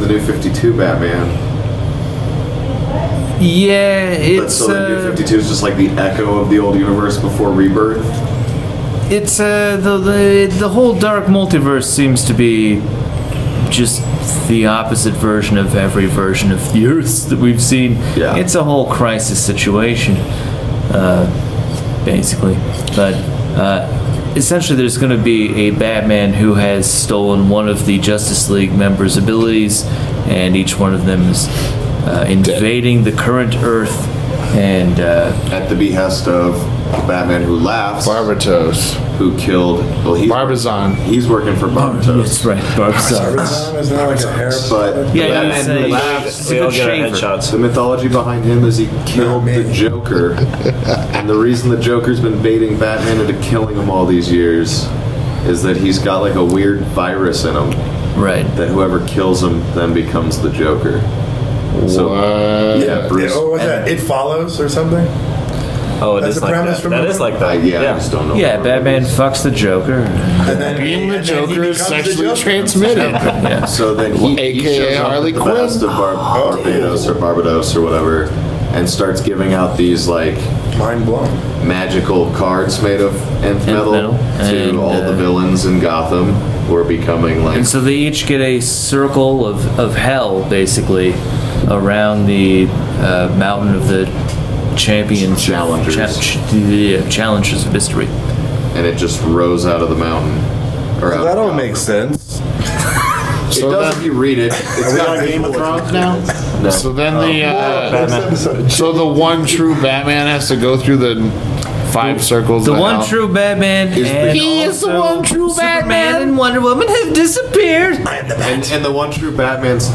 the new 52 Batman. Yeah, but it's so the new uh, 52 is just like the echo of the old universe before Rebirth. it's uh, the, the the whole dark multiverse seems to be just the opposite version of every version of the Earths that we've seen. Yeah. It's a whole crisis situation, uh, basically. But uh, essentially, there's going to be a Batman who has stolen one of the Justice League members' abilities, and each one of them is uh, invading the current Earth and and uh, at the behest of the Batman who laughs. Barbatos. Who killed? Well, he's Barbizon. He's working for Barbatos. That's right, Barbizon. Isn't that like a hair? But Yeah, the I was Batman gonna who say, laughs, we all get our headshots. The mythology behind him is he killed the Joker, and the reason the Joker's been baiting Batman into killing him all these years is that he's got like a weird virus in him. Right. That whoever kills him then becomes the Joker. So yeah, Bruce. Or was Oh, that? It follows or something? Oh, it That's is a premise like that. from That the is movie? like that. I- yeah, I yeah. just don't know Yeah, Batman fucks the Joker. And then being the Joker is sexually transmitted. So then he, he AKA shows up Harley at the Quinn. best of Bar- Barbados or Barbados or whatever, and starts giving out these like mind blown magical cards made of nth metal, metal. to And, uh, all the villains in Gotham who are becoming like And so they each get a circle of, of hell, basically, around the uh, mountain of the champion challengers. the challengers of mystery. And it just rose out of the mountain. Or out that don't make sense. it does if you read it. It's got Game of Thrones now. No. So then Um, the uh, Batman. so the one true Batman has to go through the five circles. The of one hell. true Batman Is the- and He is the one true Batman uh, and Wonder Woman have disappeared. I am the And, and the one true Batman's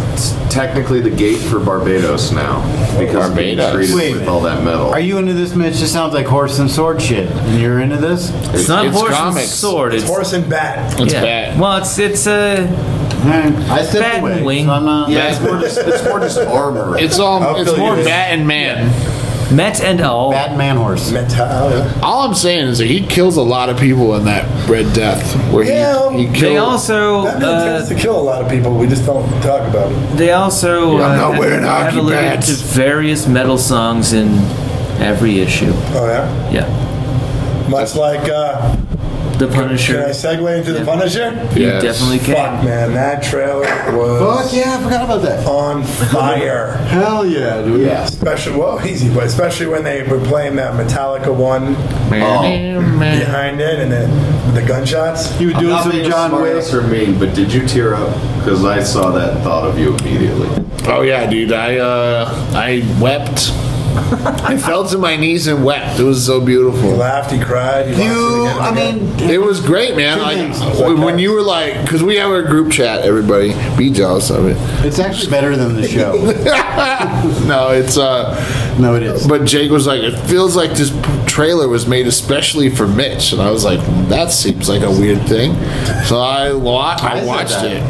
technically the gate for Barbados now because of being Barbados. treated Wait a with all that metal. Are you into this, Mitch? This sounds like horse and sword shit. And you're into this? It's not It's horse and comics. sword, It's horse and bat. It's yeah. bat. Well, it's it's uh, a I said bat away, and wing. so I'm not- Yeah, it's more just, it's more just armor. It's all. I'll It's fill more you in. bat and man. Met and all. Bat man horse. oh, All I'm saying is that he kills a lot of people in that Red Death, where Yeah, he, he they killed. also Batman tends to kill a lot of people. We just don't talk about it. They also Yeah, I'm not uh, have- wearing have hockey alluded pads. to various metal songs in every issue. Oh yeah. Yeah, Much like uh, the Punisher. Can I segue into the Punisher? You Yes. definitely can. Fuck man, that trailer was. Fuck yeah, I forgot about that. On fire. Hell yeah, dude. Yeah. Especially well, easy, but especially when they were playing that Metallica one um, behind it, and then the gunshots. You were I'm not being a smartass or mean, but did you tear up? Because I saw that and thought of you immediately. Oh yeah, dude. I uh, I wept. I fell to my knees and wept. It was so beautiful. You laughed. You cried. You, I mean, it was great, man. Like, when- when you were like, because we have our group chat, everybody. Be jealous of it. It's actually better than the show. no, it's uh, no, it is. But Jake was like, it feels like this p- trailer was made especially for Mitch, and I was like, that seems like a weird thing. So I wa- I I, said watched that. it.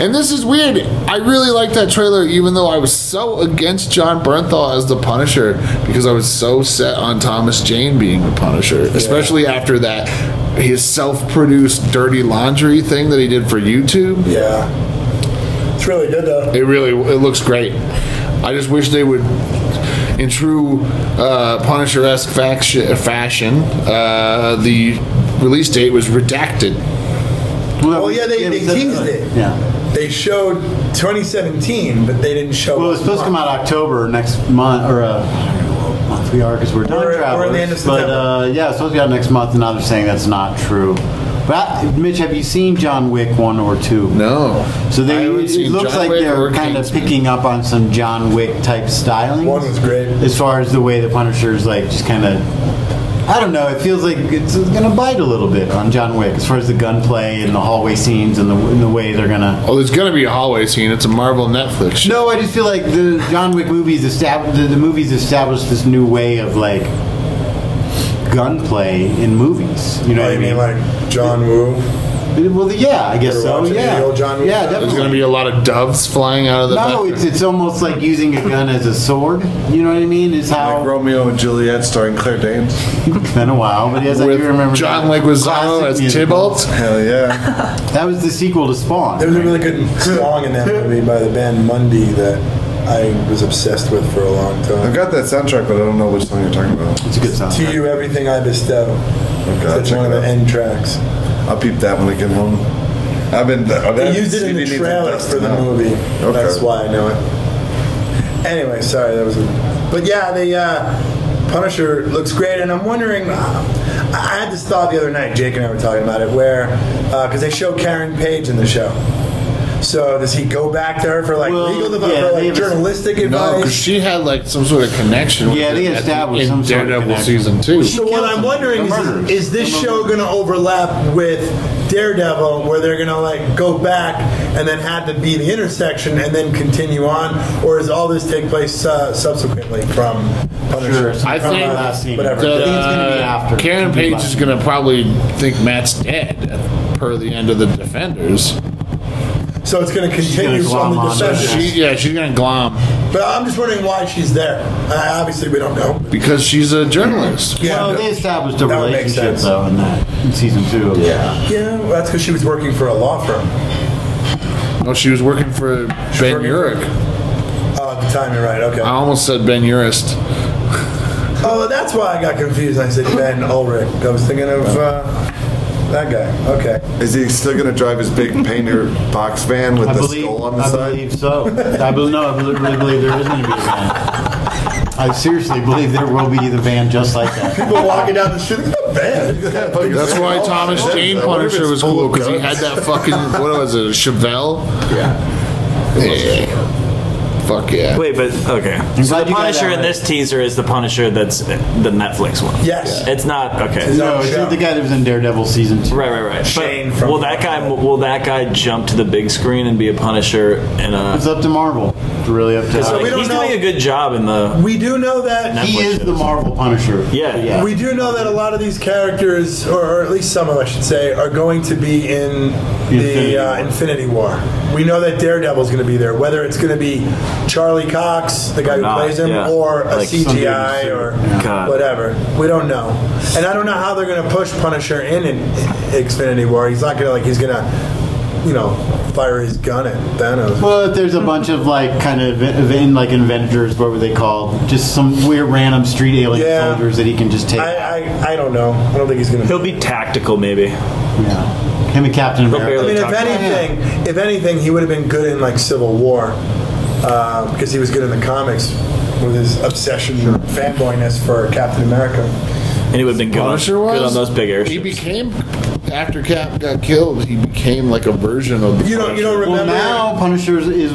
And this is weird. I really liked that trailer, even though I was so against John Bernthal as the Punisher because I was so set on Thomas Jane being the Punisher, especially after that his self-produced dirty laundry thing that he did for YouTube. Yeah. It's really good though. It really it looks great. I just wish they would, in true uh, Punisher-esque faction, fashion, uh, the release date was redacted. Well, yeah, they, they teased it. Yeah. They showed 2017, but they didn't show. Well, it's supposed to come out October next month, or uh, I don't know what month we are because we're time We're- we're at the travelers. end of but September. uh, yeah, it's supposed to be out next month, and now they're saying that's not true. But I- Mitch, have you seen John Wick one or two? No. So they, it seen looks John like Wick they're kind of picking up on some John Wick type styling. One was great. As far as the way the Punisher's like just kind of, I don't know. It feels like it's going to bite a little bit on John Wick as far as the gunplay and the hallway scenes and the, and the way they're going to. Oh, there's gonna be a hallway scene. It's a Marvel Netflix. Show. No, I just feel like the John Wick movies established the, the movies established this new way of like gunplay in movies. Oh, You know what I mean? Like John Woo. Well, yeah, I guess You're so. watching Yeah, the old John Woo yeah, stuff? There's definitely. gonna be a lot of doves flying out of the. No, bathroom. it's it's almost like using a gun as a sword. You know what I mean? Is how Like Romeo and Juliet starring Claire Danes. it's been a while, but yes, I do remember John that. Leguizamo Classic as musical. Tybalt. Hell yeah. That was the sequel to Spawn. There was a really good song in that movie by the band Mundy that I was obsessed with for a long I've time. got that soundtrack, but I don't know which song you're talking about. It's a good song. To you, everything I bestow. Okay, I'll That's check one of it the out. end tracks. I'll peep that when I get home. I've been. I've They had used it in the CD needs trailer dust for the now. movie. Okay. That's why I know it. Anyway, sorry that was. A, but yeah, the uh, Punisher looks great, and I'm wondering. Uh, I had uh, this thought the other night. Jake and I were talking about it, where because they show Karen Page in the show, So does he go back to her for like legal advice, for, like, journalistic No, advice? because she had like some sort of connection. Yeah, with they it at the- established in some sort of Daredevil connection. season two. So what I'm wondering is, is, is this show going to overlap with Daredevil, where they're going to like go back and then have to be the intersection and then continue on, or does all this take place uh, subsequently from Punisher? I From, think uh, whatever. that, uh, Karen It's gonna be Page last. is going to probably think Matt's dead per the end of the Defenders. So it's going to continue from glom the on to defenders. it. She- yeah, she's going to glom. But I'm just wondering why she's there. Uh, obviously, we don't know. Because she's a journalist. Yeah. Well, they established a That would make relationship sense. though in that in season two. Yeah. Yeah, well, that's because she was working for a law firm. No, she was working for Ben Urich. Oh, at the time, you're right. Okay. I almost said Ben Urist. Oh, that's why I got confused. I said Ben Ulrich. I was thinking of uh, that guy. Okay. Is he still going to drive his big painter box van with I the believe, skull on the I side? believe so. I believe no. I really, really believe there is going to be a van. I seriously believe there will be the van just like that. People walking down the street, man. That's why Thomas Jane Punisher was cool because he had that fucking what was it, a Chevelle? Yeah. Fuck yeah. Wait, but okay. So the Punisher in this teaser is the Punisher that's the Netflix one. Yes. It's not okay. No, it's the guy that was in Daredevil season two. Right, right, right. Shane will that guy will that guy jump to the big screen and be a Punisher in a? It's up to Marvel. It's really up to. Because like, he's doing a good job in the. We do know that He is the Marvel Punisher. Yeah, yeah. We do know that a lot of these characters, or, or at least some of them, I should say, are going to be in the uh, Infinity War. We know that Daredevil's going to be there. Whether it's going to be Charlie Cox, the guy who not, plays him, yeah. or a Like CGI, somebody- or God. whatever, we don't know. And I don't know how they're going to push Punisher in, in, in Infinity War. He's not going to like he's going to, you know, fire his gun at Thanos. Well, if there's a bunch of like kind of ev- in like Avengers, what were they called? Just some weird random street alien Yeah. soldiers that he can just take. I, uh, I, I don't know. I don't think he's going to. He'll be tactical, maybe. Yeah. Him and Captain I America. mean, if anything, if anything, he would have been good in like Civil War uh, because he was good in the comics with his obsession and fanboyness for Captain America. And he would have been good, on- Punisher good was? on those big airships. He became after Cap got killed, he became like a version of the You don't- you don't Well, remember- now Punisher is, is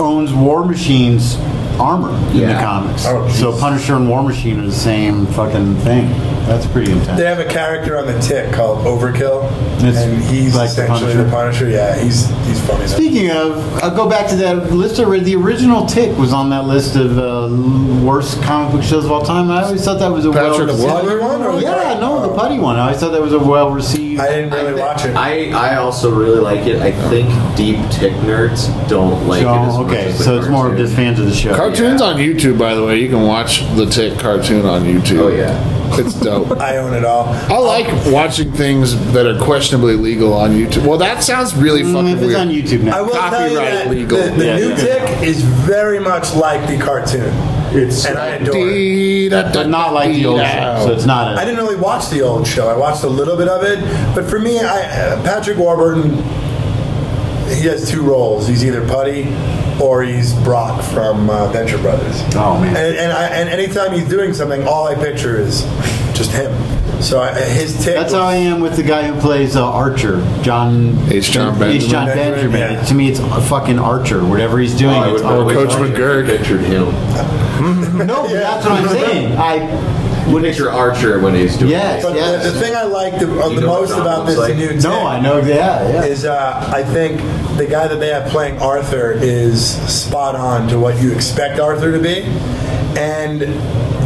owns War Machine's armor in the Yeah. comics. Oh, jeez. so Punisher and War Machine are the same fucking thing. That's pretty intense. They have a character on the tick called Overkill, It's and he's like the essentially the Punisher. Yeah, he's he's funny. though. Speaking of, I'll go back to that list I read. The original Tick was on that list of uh, worst comic book shows of all time. I always thought that was a Patrick well Wahlberg one or the- yeah, no, the putty one. I always thought that was a well received. I didn't really watch it. I, I also really like it. I think deep tick nerds don't like it as so, much okay, as the so it's more of just fans of the show. Cartoons on YouTube, by the way. You can watch the Tick cartoon on YouTube. Oh yeah, it's dope. I own it all. I like watching things that are questionably legal on YouTube. Well, that sounds really fucking Mm, if it's weird. on YouTube now. I will tell you Copyright that legal. the, the Yeah, new yeah. tick is very much like the cartoon. It's and I adore it. But not like the old show, so it's not a- I didn't really watch the old show. I watched a little bit of it, but for me, I, uh, Patrick Warburton, he has two roles. He's either Putty or he's Brock from uh, Venture Brothers. Oh man. And and, I, and anytime he's doing something, all I picture is just him. So I, his tick. was- That's how I am with the guy who plays uh, Archer, John H. John H. John Benjamin. Benjamin. Yeah. It- To me, it's a fucking Archer. Whatever he's doing, I it's would always Coach Archer. McGurk. pictured him. No, but that's what I'm saying. I You picture Archer when he's doing yes, But yes. the, the thing I like the, uh, You the know what most John about looks this like? new tick No, I know. Yeah, yeah. is uh, I think the guy that they have playing Arthur is spot on to what you expect Arthur to be, and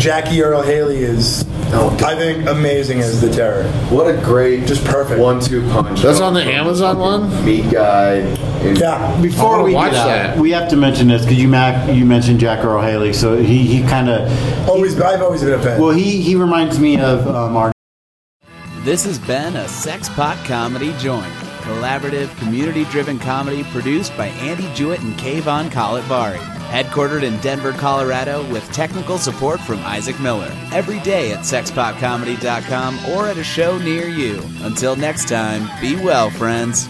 Jackie Earl Haley is I think amazing as the terror. Oh, What a great, Just perfect. one-two punch. That's on the Amazon one. meat guy. And Yeah, Before we watch get out, that. we have to mention this because you Mac, you mentioned Jack Earl Haley, so he he kind of always I've always been a fan. well he he reminds me of um, our This has been a Sex Pot Comedy Joint, collaborative, community driven comedy produced by Andy Jewett and Kayvon Kalatvari. Headquartered in Denver, Colorado, with technical support from Isaac Miller. Every day at sexpotcomedy.com or at a show near you. Until next time, be well, friends.